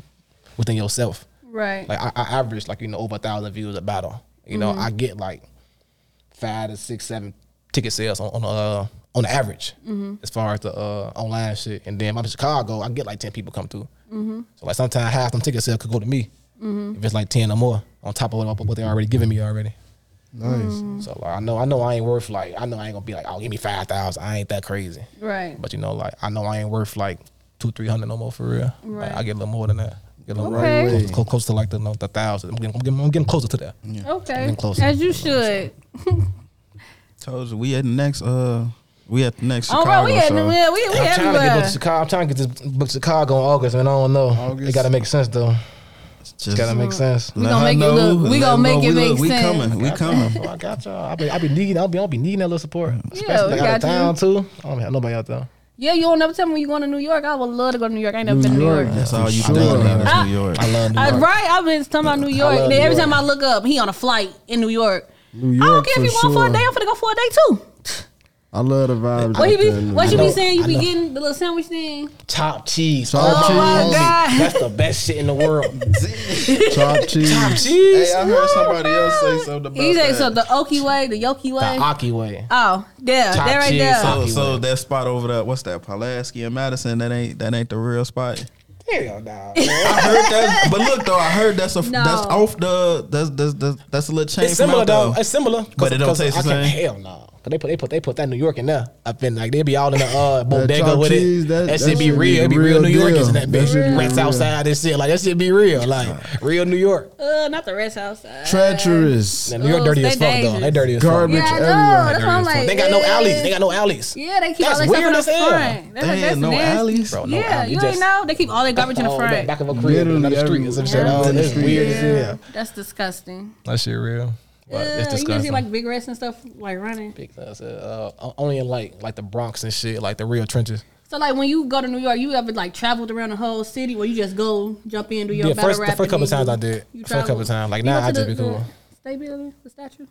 E: within yourself.
D: Right.
E: Like I, I average like you know over a thousand views a battle. You know I get like five to six seven ticket sales on on uh, on the average as far as the uh, online shit. And then if I'm in Chicago, I get like ten people come through. So like sometimes half them ticket sales could go to me if it's like ten or more on top of what, what they already giving me already.
C: Nice.
E: So like, I know I know I ain't worth like I know I ain't gonna be like oh give me five thousand. I ain't that crazy.
D: right.
E: But you know like I know I ain't worth like two three hundred no more for real. Like,
D: Right.
E: I get a little more than that. Get a little
D: Okay.
E: close, close, close to like the, no, the thousand. I'm getting, I'm, getting, I'm getting closer to that.
D: okay.
E: Getting closer.
D: As you should.
A: Told you we at the next uh we at the next
D: All
A: Chicago
D: right, we had
A: show.
D: yeah, we, we
E: I'm trying to get booked
D: everywhere.
E: to Chicago. I'm trying to get this book to Chicago in August, man. I don't know. It
C: August?
E: gotta make sense though. It's
A: Just
E: gotta make sense.
D: We
A: let
D: gonna
A: her
D: make it
A: know,
D: look- we
A: let
D: gonna
A: her
D: make
A: know we
D: it make
A: look- we
D: sense.
A: coming. We coming.
E: So I got y'all. I be, I be needing. I'll be, I'll be needing that little support. Especially
D: we
E: out of
D: got you.
E: town too. I don't have nobody out there.
D: Yeah, you don't ever tell me when you going to New York. I would love to go to New York. I ain't never
C: New
D: been to New
C: York.
D: York.
A: That's all you
C: Sure.
A: doing in
D: Ah.
A: New York.
E: I love New
D: I,
E: York.
D: right, I've been talking about New York.
E: love
D: Then
E: New
D: every
E: York.
D: time I look up, he on a flight in New York.
C: New
D: I don't
C: York
D: care
C: for
D: if he want for a
C: sure.
D: day. I'm finna go for a day too.
C: I love the vibes.
D: What
C: out
D: you be?
C: there in New
D: What you
C: York.
D: be
E: know,
D: saying?
E: I
D: You be
E: know.
D: getting the little sandwich thing.
E: Top cheese.
C: Chopped
D: Oh my
C: cheese.
D: god!
E: That's the best shit in the
D: <laughs>
E: world. uh,
C: Chopped cheese.
E: <laughs> cheese.
A: I heard somebody else say something
D: He say so the Okie way, the Yoki
E: The
D: way.
E: Aki way.
D: Oh, there,
E: Top
D: that right
E: cheese,
D: there.
E: top-
A: So, so that spot over there, what's that? Pulaski and Madison. That ain't that ain't the real spot.
E: Hell nah.
A: I heard that, but look though, I heard that's a
D: No.
A: that's off the that's that's that's, that's a little change.
E: It's
A: from
E: similar
A: out there.
E: though. It's similar, 'Cause-
A: But it don't
E: 'cause
A: taste
E: I
A: the
E: can't-
A: same?
E: Hell no. Cause they put they put they put that New York in there. I've been like they be all in
C: <laughs>
E: the uh, bodega
C: chopped
E: with
C: cheese,
E: it.
C: that-
E: That,
C: that
E: shit be
C: shit
E: real.
C: be
E: It be real
C: real
E: New Yorkers in
C: deal.
E: that
C: That
E: bitch.
C: shit be
E: Rats
C: real.
E: outside and shit. Like that shit be real. Like real New York.
D: Uh, not the rest outside.
C: Treacherous.
E: Now, New York
D: Oh,
E: dirty
D: they
E: as fuck though. They
D: dangerous.
E: dirty as
C: Garbage.
E: fuck.
D: Yeah, I know.
C: everywhere.
D: That's what I'm like.
E: They got no
D: eh.
E: alleys. They got no alleys.
D: Yeah, they keep
E: That's
D: all their stuff in
E: weird
D: the
E: as hell.
D: front. That's
A: They
D: like,
A: ain't
D: that's
A: no
D: nasty.
A: alleys. Bro,
E: no
D: yeah,
E: alley,
D: you
E: just-
D: ain't know. They keep all their garbage in the
E: Oh, the
D: front.
E: back of a crib in
C: Literally
E: another street or some shit.
C: everywhere.
E: Oh, That's
C: Yeah.
E: weird as
D: yeah,
E: hell.
D: that's disgusting.
E: That shit real. But
D: Yeah,
E: it's
D: you can see
E: disgusting.
D: like big rats and stuff like running.
E: Because, uh, uh, only in like like the Bronx and shit, like the real trenches.
D: So like when you go to New York, you ever like traveled around the whole city where you just go jump in do your
E: Yeah,
D: battle
E: first- the
D: rap
E: first
D: and
E: couple
D: then
E: times
D: you-
E: I did.
D: you
E: First
D: travel?
E: couple times. Like,
D: You
E: nah,
D: went
E: I
D: to
E: just
D: the-
E: be
D: the
E: cool.
D: State building, the statue.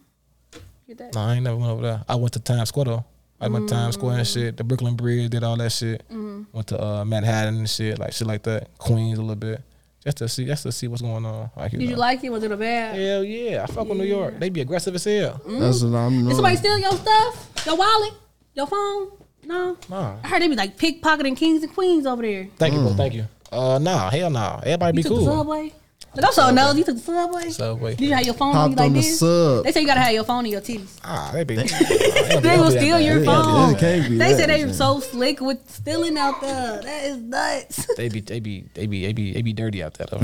D: Get that.
E: No, I ain't never went over there. I went to Times Square though. I went to Times Square and shit. The Brooklyn
D: Mm-hmm.
E: Bridge did all that shit. Went to uh, Manhattan and shit, like shit like that. Queens a little bit. Just Just to see, just to see what's going on. Like, you
D: Did you
E: know.
D: like it? Was it Mm. a bad?
E: Hell yeah, I fuck with New York. They be aggressive as hell.
C: That's what I'm
D: Did somebody
C: knowing.
D: steal your stuff? Your wallet? Your phone? No.
E: Nah.
D: I heard they be like pickpocketing kings and queens over there.
E: Thank you, bro. Thank you. Uh, nah, hell nah. Everybody
D: You
E: be
D: took the
E: cool.
D: subway. Like I'm so nosy. You took the subway.
E: Subway.
D: Did you have your phone on you
C: Hopped
D: like
C: on the
D: this?
C: sub.
D: They say you gotta have your phone in your titties.
E: Ah, they be. they
D: They will
E: will
D: steal your
C: Yeah,
D: phone.
C: it can't be
D: They
C: that.
D: said they were so slick with stealing out there. That is
E: <laughs>
D: nuts.
E: They be, they be, they be, they be, they be dirty
D: <laughs>
E: out there. though.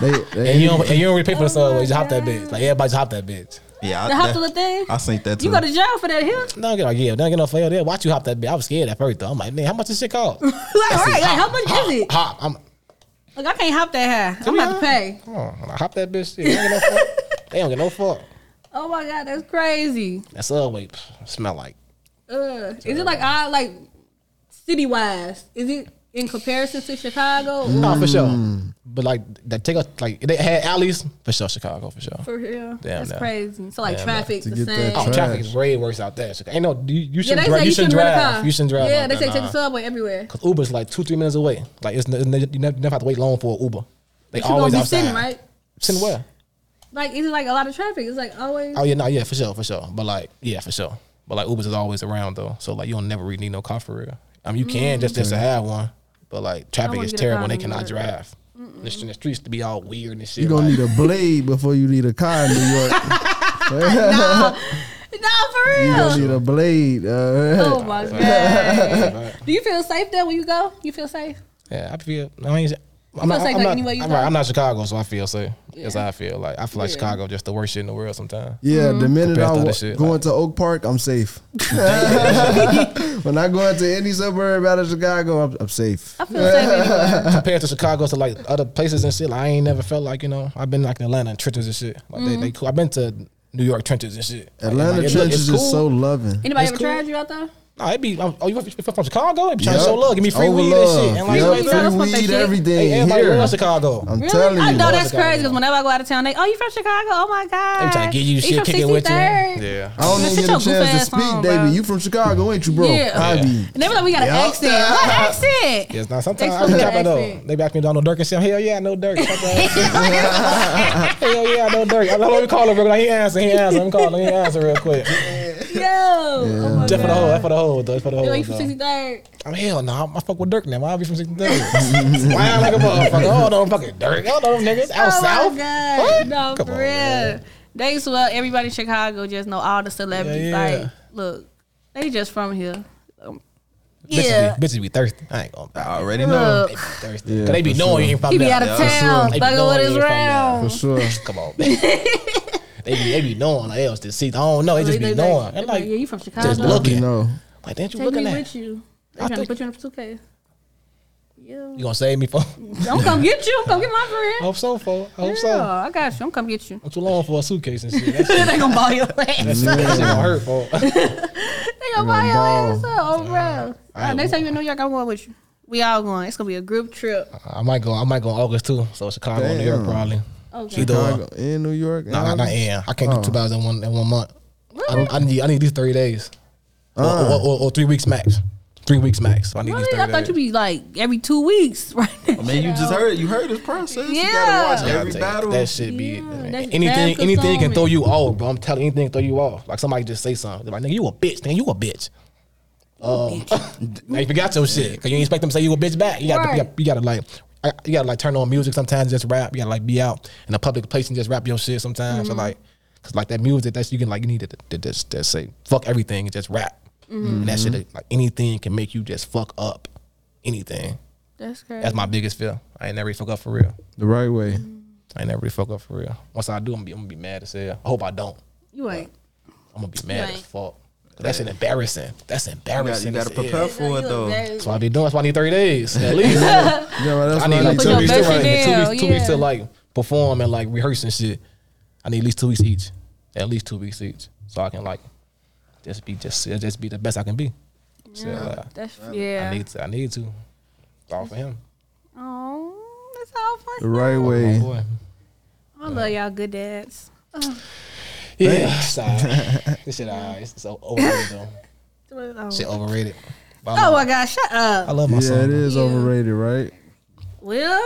C: They, they,
E: And you don't, and you don't really pay for the
D: Oh
E: subway. You just hop that bitch. Like everybody just hop that bitch.
A: Yeah, I,
D: The hop to
A: that-
D: the thing.
A: I think that too.
D: You go to jail for that here. like,
E: No, get no, yeah, don't get no fail there. Watch you hop that bitch. I was scared at first though. I'm like, man, how much this
D: <laughs>
E: shit cost?
D: right, like how much is it?
E: Hop, I'm,
D: Like I can't hop that high. I'm about to pay.
E: come on, I hop that bitch. Shit. They don't get no fuck. They don't get no fuck.
D: Oh my god, that's crazy.
E: That subway pff, smell like.
D: Uh, is it like I like city wise? Is it in comparison to Chicago?
E: No, for sure. Mm. But like, that take a like if they had alleys for sure. Chicago for sure.
D: For real, that's
E: no.
D: crazy. So like
E: Damn, no.
D: traffic,
C: To
D: the
C: get that
D: same.
E: Oh,
C: Trash.
E: traffic is way worse out there. So, ain't no you, you
D: yeah,
E: shouldn't
D: they
E: drive.
D: say
E: you
D: you shouldn't rent
E: shouldn't
D: a
E: drive.
D: car.
E: You shouldn't drive.
D: Yeah,
E: like
D: they
E: that,
D: say take
E: nah.
D: the subway everywhere.
E: Cause Uber's like two, three minutes away. Like it's n- n- you never never have to wait long for an Uber. They
D: But you
E: always
D: gonna be
E: outside.
D: sitting right.
E: Sitting where?
D: Like is it like a lot of traffic? It's like always.
E: Oh yeah, no, yeah, for sure, for sure. But like, yeah, for sure. But like Uber's is always around though. So like you don't never really need no car for real. I mean you can just just to have one. But like traffic
D: wouldn't
E: is
D: Mm. get a
E: terrible
D: car
E: and they
D: in New
E: cannot
D: York.
E: drive. The, st- the streets to be all weird and shit.
C: you gonna
E: like,
C: need a blade before you need a car in New
D: <laughs>
C: York.
D: nah, <laughs> nah, for
C: You
D: real.
C: gonna need a blade. Uh,
D: Oh my god! Do you feel safe there when you go? You feel safe?
E: Yeah, I feel I mean I'm
D: feel
E: not,
D: safe,
E: I'm,
D: like,
E: not,
D: anywhere you
E: I'm,
D: go?
E: right, I'm not Chicago, so I feel safe. That's
D: Yeah.
E: how I feel. Like I feel like
D: Yeah.
E: Chicago just the worst shit in the
C: <laughs>
E: world sometimes.
C: Yeah, the
D: Mm-hmm.
C: minute
E: Compared to
C: I
E: other
C: wa-
E: shit,
C: go
E: like-
C: into Oak Park, I'm
D: <laughs>
C: safe. <laughs> when I go into any suburb out of Chicago, I'm, I'm safe.
D: I feel safe anywhere.
E: compared to Chicago to like other places and shit, like, I ain't never felt like you know I've been like in Atlanta and trenches and shit. Like they,
D: Mm-hmm.
E: they cool. I've been to New York trenches and shit. Like,
C: Atlanta
E: like, it look-
C: trenches
E: it's
C: is
E: cool.
C: so loving.
D: Anybody
E: It's
D: ever
E: cool.
D: tried you out there?
E: Nah, it be I'm, oh you from, you from Chicago? They be trying
C: Yup.
E: to show love, give me free
C: Over
E: weed
C: love.
E: and shit, and
C: Yup,
E: like you know what I'm
D: That's
E: saying?
D: what
C: free
D: they
C: weed,
D: say.
C: everything
E: Hey, everybody
C: here.
E: loves Chicago.
C: I'm
D: Really?
C: telling you,
D: I know
E: Love
D: that's
E: Chicago.
D: crazy because whenever I go out of town, they oh you from Chicago? Oh my god!
E: They be trying to give you shit,
D: from
E: kick it with you.
D: 63rd.
E: Yeah.
C: I don't
D: Man,
C: even get a
D: sit your
C: chance
D: goof
C: to
D: ass
C: speak,
D: home,
C: baby.
D: bro.
C: You from Chicago, ain't you, bro?
D: Yeah.
C: I be.
D: And they were like, we got an
C: Yeah.
D: accent. What accent? <laughs>
E: Yeah, nah,
D: They still
E: sometimes I be
D: got
E: capping though.
D: accent.
E: They back me down on Dirk and say, hell yeah, I know Dirk. Fuck that. hell yeah, I know Dirk. I know let me call him real quick. He answer, he answer. Let me call him, he answer real quick.
D: Yo. Oh my
E: Just for the
D: God.
E: whole, that's for the whole though. That's for the whole.
D: Yo, you from
E: though.
D: 63rd.
E: I'm hell no, I fuck with Dirk now. Why I be from 63rd? <laughs> Why I like a motherfucker? Oh no, I'm fucking Dirk. Oh no, niggas out
D: oh
E: south.
D: my God.
E: What?
D: No,
E: Come
D: for
E: on,
D: real.
E: man.
D: They used to, well, everybody in Chicago just know all the celebrities.
E: Yeah, yeah.
D: Like, look, they just from here. Um,
E: Bitches
D: yeah.
E: be, bitches be thirsty. I ain't gonna.
A: I
E: They
A: already know.
D: Look,
E: be thirsty.
C: Yeah,
E: 'Cause they be
C: for
E: knowing
C: sure.
E: you ain't from
D: he be
E: there.
D: out of
A: for
D: town,
E: They be
D: fucking
E: knowing
D: with
E: you
D: his
E: ain't from there.
D: round.
C: For sure.
E: <laughs> Come on, man. they be they be knowing. Like, they don't still see. I don't know. They just be knowing.
D: they
E: And
D: like, yeah,
E: like,
D: you from Chicago.
E: just
C: I be
E: Okay.
C: know.
E: like, ain't
D: Take
E: you
D: me
E: looking at?
D: with you. They
E: I
D: trying to
E: think-
D: put you in a suitcase.
E: <laughs>
D: Yeah.
E: You gonna save
D: <laughs>
E: me for?
D: Don't come get you. Come get my
E: Oh, I
D: friend.
E: hope so, for. I hope
D: yeah,
E: so.
D: I got you. I'm come get
E: <laughs>
D: you.
E: I'm too long for a suitcase and shit. That <laughs> shit,
D: they gonna ball your ass.
E: that shit gonna hurt, for.
D: They gonna buy your
C: ball.
D: ass up, oh, bro.
E: I-
D: Uh, next time you in New York, I'm going with you. We all going. It's gonna be a group trip.
E: <laughs> I might go. I might go August too. So Chicago, New York,
C: Damn.
E: probably.
D: Okay.
E: Either one.
C: Chicago in New York.
E: No, no,
C: and-
E: uh, not yeah. I can't do two battles in one in one month. I, don't- I need I need these thirty days, Or-
C: Uh.
E: or, or, or three weeks max. Three weeks max. I need these
D: Really?
E: thirty
D: I thought
E: days.
D: you'd be like every two weeks, <laughs> right?
A: I mean, you just heard you heard his process. You
D: Yeah.
A: gotta watch
E: Gotta
A: every
E: take-
A: battle.
E: That shit be
D: Yeah,
E: man,
D: that's
E: anything.
D: bad
E: Anything can
D: performance.
E: throw you off, bro. I'm telling you, anything can throw you off. Like somebody just say something. They're like nigga, you a bitch. Nigga, you a bitch. Um, <laughs> now you forgot your shit because you ain't expect them to say you a bitch back. You got
D: Right.
E: you got you gotta like. I, you gotta like turn on music sometimes, just rap. You gotta like be out in a public place and just rap your shit sometimes.
D: Mm-hmm.
E: So like, cause like that music, that's you can like you need to, to just, just say fuck everything and just rap.
D: Mm-hmm.
E: And that shit like anything can make you just fuck up anything.
D: That's crazy.
E: That's my biggest fear. I ain't never really fuck up for real.
C: The right way.
E: I ain't never really fuck up for real. Once I do, I'm gonna be, I'm gonna be mad as hell. I hope I don't.
D: you ain't.
E: I'm gonna be mad
D: Right.
E: as fuck. 'Cause That's an embarrassing. That's
A: You gotta, you
E: embarrassing.
A: gotta
E: as hell.
A: prepare for it though.
E: That's why I be doing. That's why I need 30
D: <laughs>
E: days at
C: Yeah,
E: least.
C: well, that's
E: I
C: what
E: need
C: I
E: like
C: need
D: Put
E: two
D: your
C: to
E: weeks
D: best
C: do.
E: to
D: shit
E: like two
D: down,
E: weeks, two weeks
D: yeah.
E: to like perform and like rehearse and shit. I need at least two weeks each, at least two weeks each, so I can like just be just uh, just be the best I can be. So, uh,
D: That's
E: I
D: yeah.
E: need to. I need to. It's all for him.
D: Oh, that's all
C: The
D: fun.
C: right
E: Oh, My
C: way.
E: boy.
D: I
E: Uh,
D: love y'all, good dads.
E: Yeah. Sorry. this shit. Uh, it's so overrated though.
D: Oh,
E: Shit overrated. But I
D: Oh
E: love-
D: my God, shut
E: I
D: up.
E: love my <laughs>
C: Yeah,
E: son.
C: it is
D: Yeah.
C: overrated, right?
D: Will,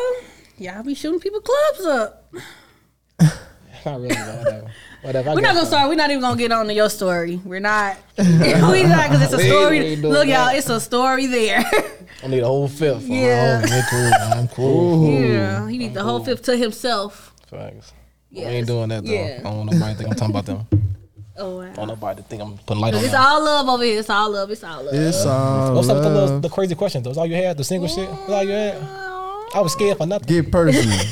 D: Y'all be shooting people clubs up.
E: Not really, but whatever. Whatever. I
D: We're not
E: guess
D: gonna start. We're not even gonna get on to your story. We're
E: <laughs>
D: not. <laughs> we not because it's a
E: We
D: story.
E: ain't doing
D: Look, y'all,
E: that.
D: it's a story there. <laughs>
E: I need a whole fifth.
D: Yeah.
E: I'm cool. I'm cool.
D: yeah, he need the whole fifth to himself.
E: Facts.
D: Yes.
E: I ain't doing that though.
D: Yeah.
E: I don't want nobody to think I'm talking about
D: <laughs>
E: them. I
D: Oh
E: don't
D: wow.
E: want nobody to think I'm putting light on
D: It's
E: them.
D: all love over here. It's all love. It's all love.
C: It's uh, all
E: What's up with the, little,
C: love.
E: the crazy questions? Those all you had? The single shit? That's all you had? I was scared for nothing.
C: Get
E: <laughs>
C: personal.
E: I was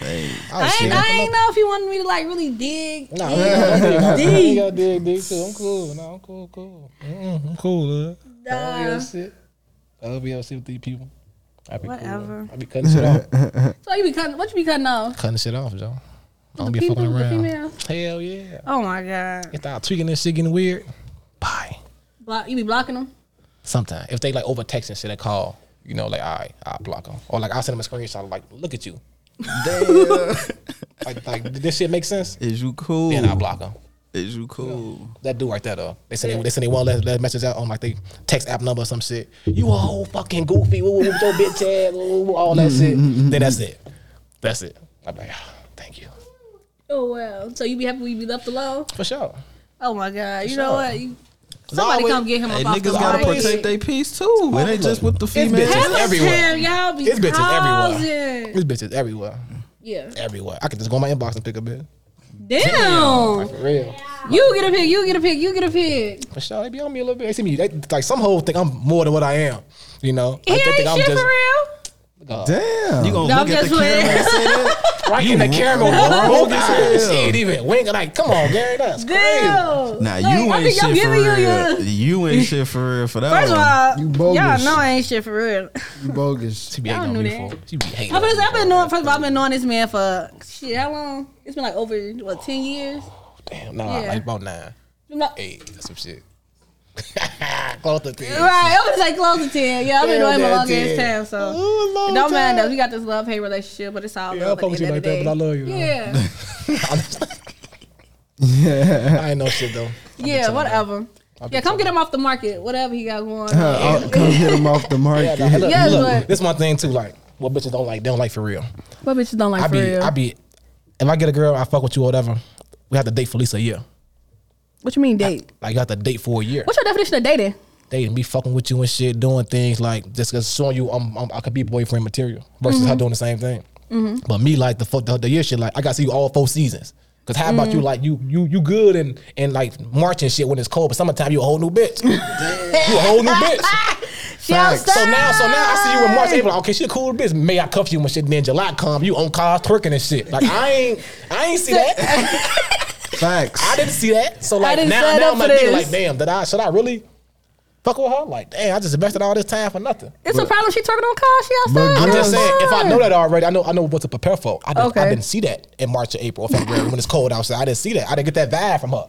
D: I ain't,
E: scared
D: I
E: for
D: ain't
E: nothing.
D: know if you wanted me to like really
E: <laughs>
D: dig.
E: Nah,
C: <laughs>
E: I ain't got dig dig too. I'm cool. No, I'm cool, cool. Mm-mm, I'm cool, uh. I
D: Nah.
E: don't shit. I don't be upset with these people. I be
D: Whatever.
E: Cool. I be cutting shit off.
C: <laughs>
D: So you be cutting? What you be cutting off?
E: cutting shit off, Joe. I
D: The
E: don't be
D: people,
E: fucking
D: the
E: around.
D: females?
E: Hell yeah.
D: Oh my god.
E: If I tweaking this shit getting weird, bye.
D: Block, you be blocking them?
E: Sometimes if they like over text and shit, they call. You know, like I, I block them, or like I send them a screenshot, like look at you,
A: Damn.
E: like like did this shit make sense.
A: Is you cool?
E: Then I block them.
A: Is you cool?
E: That dude right there though, they send they send they one last, last message out on like they text app number or some shit. You a whole fucking goofy, woo, woo, with your bitch ass, woo, woo, all
A: Mm-hmm,
E: that shit. Then that's it, that's it. I'm like, ah, thank you
D: Oh wow. So you be happy we be left alone?
E: for sure.
D: Oh my god. You
E: For
D: know
E: sure.
D: what? You, somebody
E: always-
D: come get him
A: Hey,
D: up off the
A: niggas gotta
D: market.
A: protect their peace too. It ain't just with the females.
E: bitches.
D: Half the
E: everywhere.
D: time, y'all be
E: It's bitches everywhere.
D: causing.
E: This bitch is everywhere,
D: Yeah.
E: everywhere. I could just go in my inbox and pick a bit.
D: Damn.
E: Like for real.
D: You get a pick. You get a pick. You get a pick.
E: For sure, they be on me a little bit. They see me they, like some whole think I'm more than what I am. You know,
D: He
E: Like, they
D: ain't
E: think
D: shit for real.
E: God.
C: Damn.
A: You gonna
D: No,
A: look
D: I'm
A: at the
D: just playing.
A: camera and say that?
E: right in the camera, both
A: as
E: eyes.
A: hell.
E: She ain't even wink. Like, come on, Gary, that's crazy.
D: Damn. <laughs>
A: Nah,
D: Like,
A: you
D: I
A: ain't
D: think I'm
A: shit for
D: giving you
A: real.
D: your- <laughs>
A: You ain't shit for real for that
D: First of
A: one.
D: all,
C: You
D: you
C: bogus.
D: all know I ain't shit for real.
C: You bogus.
E: <laughs> She be
D: Y'all
E: hating on
D: knew
E: me
D: that.
E: for. She be
D: <laughs>
E: hating.
D: I've
E: on
D: been,
E: me
D: I've been
E: for-
D: knowing. First of all, I've been knowing this man for shit. How long? It's been like over what ten years.
E: Damn, nah,
D: Yeah.
E: like about nine,
D: I'm like-
E: eight, that's some shit. <laughs> Close to ten.
D: Right, it was like close to ten. Yeah, I've been
E: Hell,
D: doing it my
E: that
D: long ass
E: 10.
D: time, so
E: Ooh, long
D: it don't mind
E: time.
D: us. We got this love hate relationship, but it's all
E: Yeah,
D: love.
E: I
D: at
E: fuck with
D: the
E: you
D: end
E: like
D: of
E: that,
D: the
E: but I love you,
D: day.
E: though. <laughs>
D: Yeah, <laughs>
E: I ain't no shit though.
D: yeah, whatever. Yeah, come get him off the market, whatever he got going.
C: Uh,
D: on.
C: I'll come get him off the
E: Yeah,
C: market.
E: nah, look,
D: Yes,
E: look,
D: but-
E: this my thing too. Like, what bitches don't like, they don't like for real.
D: What bitches don't like
E: I
D: for
E: be,
D: real?
E: I be, if I get a girl, I fuck with you or whatever. We have to date for at least a year.
D: what you mean date?
E: Like, you have to date for a year.
D: What's your definition of dating?
E: they be fucking with you and shit, doing things like just 'cause showing you I'm, I'm, I could be boyfriend material versus
D: Mm-hmm.
E: her doing the same thing. But me, like the fuck the, the year shit, like I got to see you all four seasons. Cause how about you
D: Mm-hmm.
E: like you you you good and and like March and shit when it's cold, but summertime you a whole new
D: <laughs>
E: bitch. you a whole new bitch.
D: She
C: Facts.
E: So now so now I see you
D: <laughs>
E: in March, April. Okay, she a cool bitch. May I cuff you when shit? Then July come, you on cars twerking and shit. Like I ain't I
D: <laughs>
E: ain't see that. I
C: Facts.
E: didn't see that. So like
D: didn't
E: now,
D: sign
E: now
D: up
E: I'm
D: for
E: like, thinking,
D: this.
E: like, damn, did I should I really fuck with her? Like, damn, I just invested all this time for nothing.
D: It's a problem. She talking on cars. She outside.
C: But
E: I'm just
C: Yes.
E: saying, if I know that already, I know I know what to prepare for. I didn't,
D: Okay.
E: I didn't see that in March or April or February when it's cold outside. I didn't see that. I didn't get that vibe from her.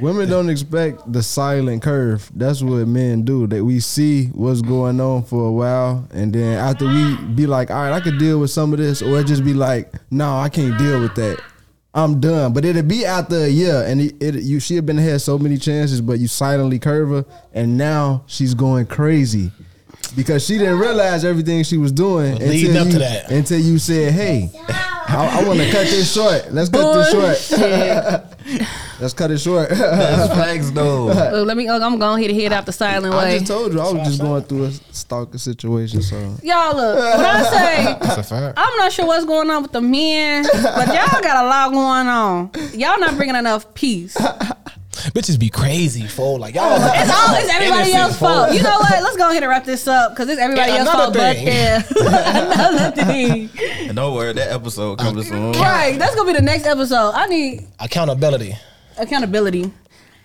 C: Women don't expect the silent curve. That's what men do. That we see what's going on for a while, and then after we be like, all right, I could deal with some of this, or it just be like, no, I can't deal with that. I'm done. But it'll be after a year, and it, it you she had been had so many chances, but you silently curve her, and now she's going crazy. Because she didn't realize everything she was doing
E: leading up
C: you,
E: to that.
C: until you said, "Hey, I, I want to cut this short. Let's cut this short.
D: Oh,
E: <laughs>
C: Let's cut it short." <laughs>
A: That's facts
D: <laughs>
A: though.
D: Well, let me. oh, I'm going here to hit out the silent
C: I
D: way.
C: just told you I was just going through a stalker situation. So
D: Y'all look. What
E: <laughs>
D: I say.
E: That's a fact.
D: I'm not sure what's going on with the men, but y'all got a lot going on. Y'all not bringing enough peace.
E: Bitches be crazy, fool. Like y'all. Like,
D: <laughs> It's all it's everybody
E: innocent,
D: else's
E: fool.
D: fault. You know what? Let's go ahead and wrap this up because it's everybody
E: Yeah,
D: else's fault
E: another
D: but
E: thing.
D: them. <laughs> another
E: <laughs>
D: thing.
A: And don't worry, that episode coming soon.
D: Right. That's gonna be the next episode. I need
E: Accountability
D: accountability.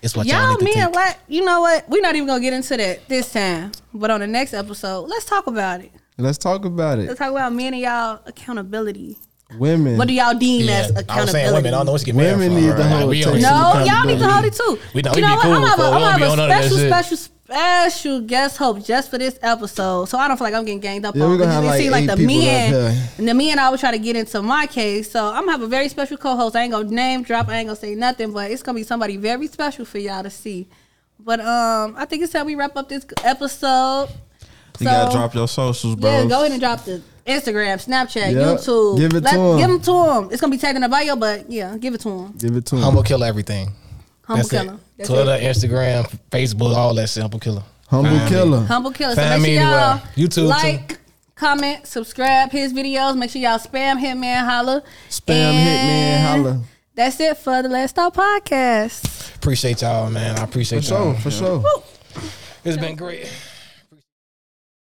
E: is what y'all,
D: Y'all
E: need to
D: men
E: take.
D: like you know what? We're not even gonna get into that this time. But on the next episode, let's talk about it.
C: let's talk about it.
D: Let's talk about men and y'all accountability.
C: Women,
D: What do y'all deem
E: yeah,
D: as accountability?
E: I was saying women. I don't know what you get mad
C: Women
E: for.
C: need the
E: Like,
C: whole
E: we on
C: attention.
E: shit.
D: No,
C: Some
D: y'all need to hold
C: accountability.
D: it too.
E: We know
D: you
E: we
D: know
E: be
D: what?
E: cool,
D: I'm gonna
E: but
D: have a,
E: we don't be
D: I'm
E: on
D: gonna
E: none
D: have
E: of
D: a
E: that
D: special,
E: shit.
D: special, special guest host just for this episode, so I don't feel like I'm getting ganged up
C: Yeah,
D: on.
C: we gonna have,
D: because
C: like,
D: it seems
C: eight
D: the
C: people up
D: men,
C: here.
D: and the men always try to get into my case. So I'm gonna have a very special co-host. I ain't gonna name drop. I ain't gonna say nothing, but it's gonna be somebody very special for y'all to see. But um, I think it's time we wrap up this episode.
A: You gotta drop your socials, bro.
D: Yeah, go ahead and drop the Instagram, Snapchat,
C: Yeah.
D: YouTube.
C: Give it to 'em.
D: Give them to him. It's gonna be tagged in the bio, but yeah, give it to him.
C: Give it to him.
E: Humble killer everything.
D: Humble
E: That's
D: killer.
E: it.
D: That's
E: Twitter,
D: it.
E: Instagram, Facebook, all that shit. Humble killer.
C: Humble
E: Find me.
C: killer.
D: Humble killer. So
E: Find
D: make
E: me
D: sure y'all
E: anywhere. YouTube, too.
D: like, comment, subscribe his videos. Make sure y'all spam Hitman Holla.
C: Spam Hitman Holla.
D: That's it for the Let's Talk podcast.
E: Appreciate y'all, man. I appreciate
C: For
E: y'all.
C: sure. For sure.
E: It's been great.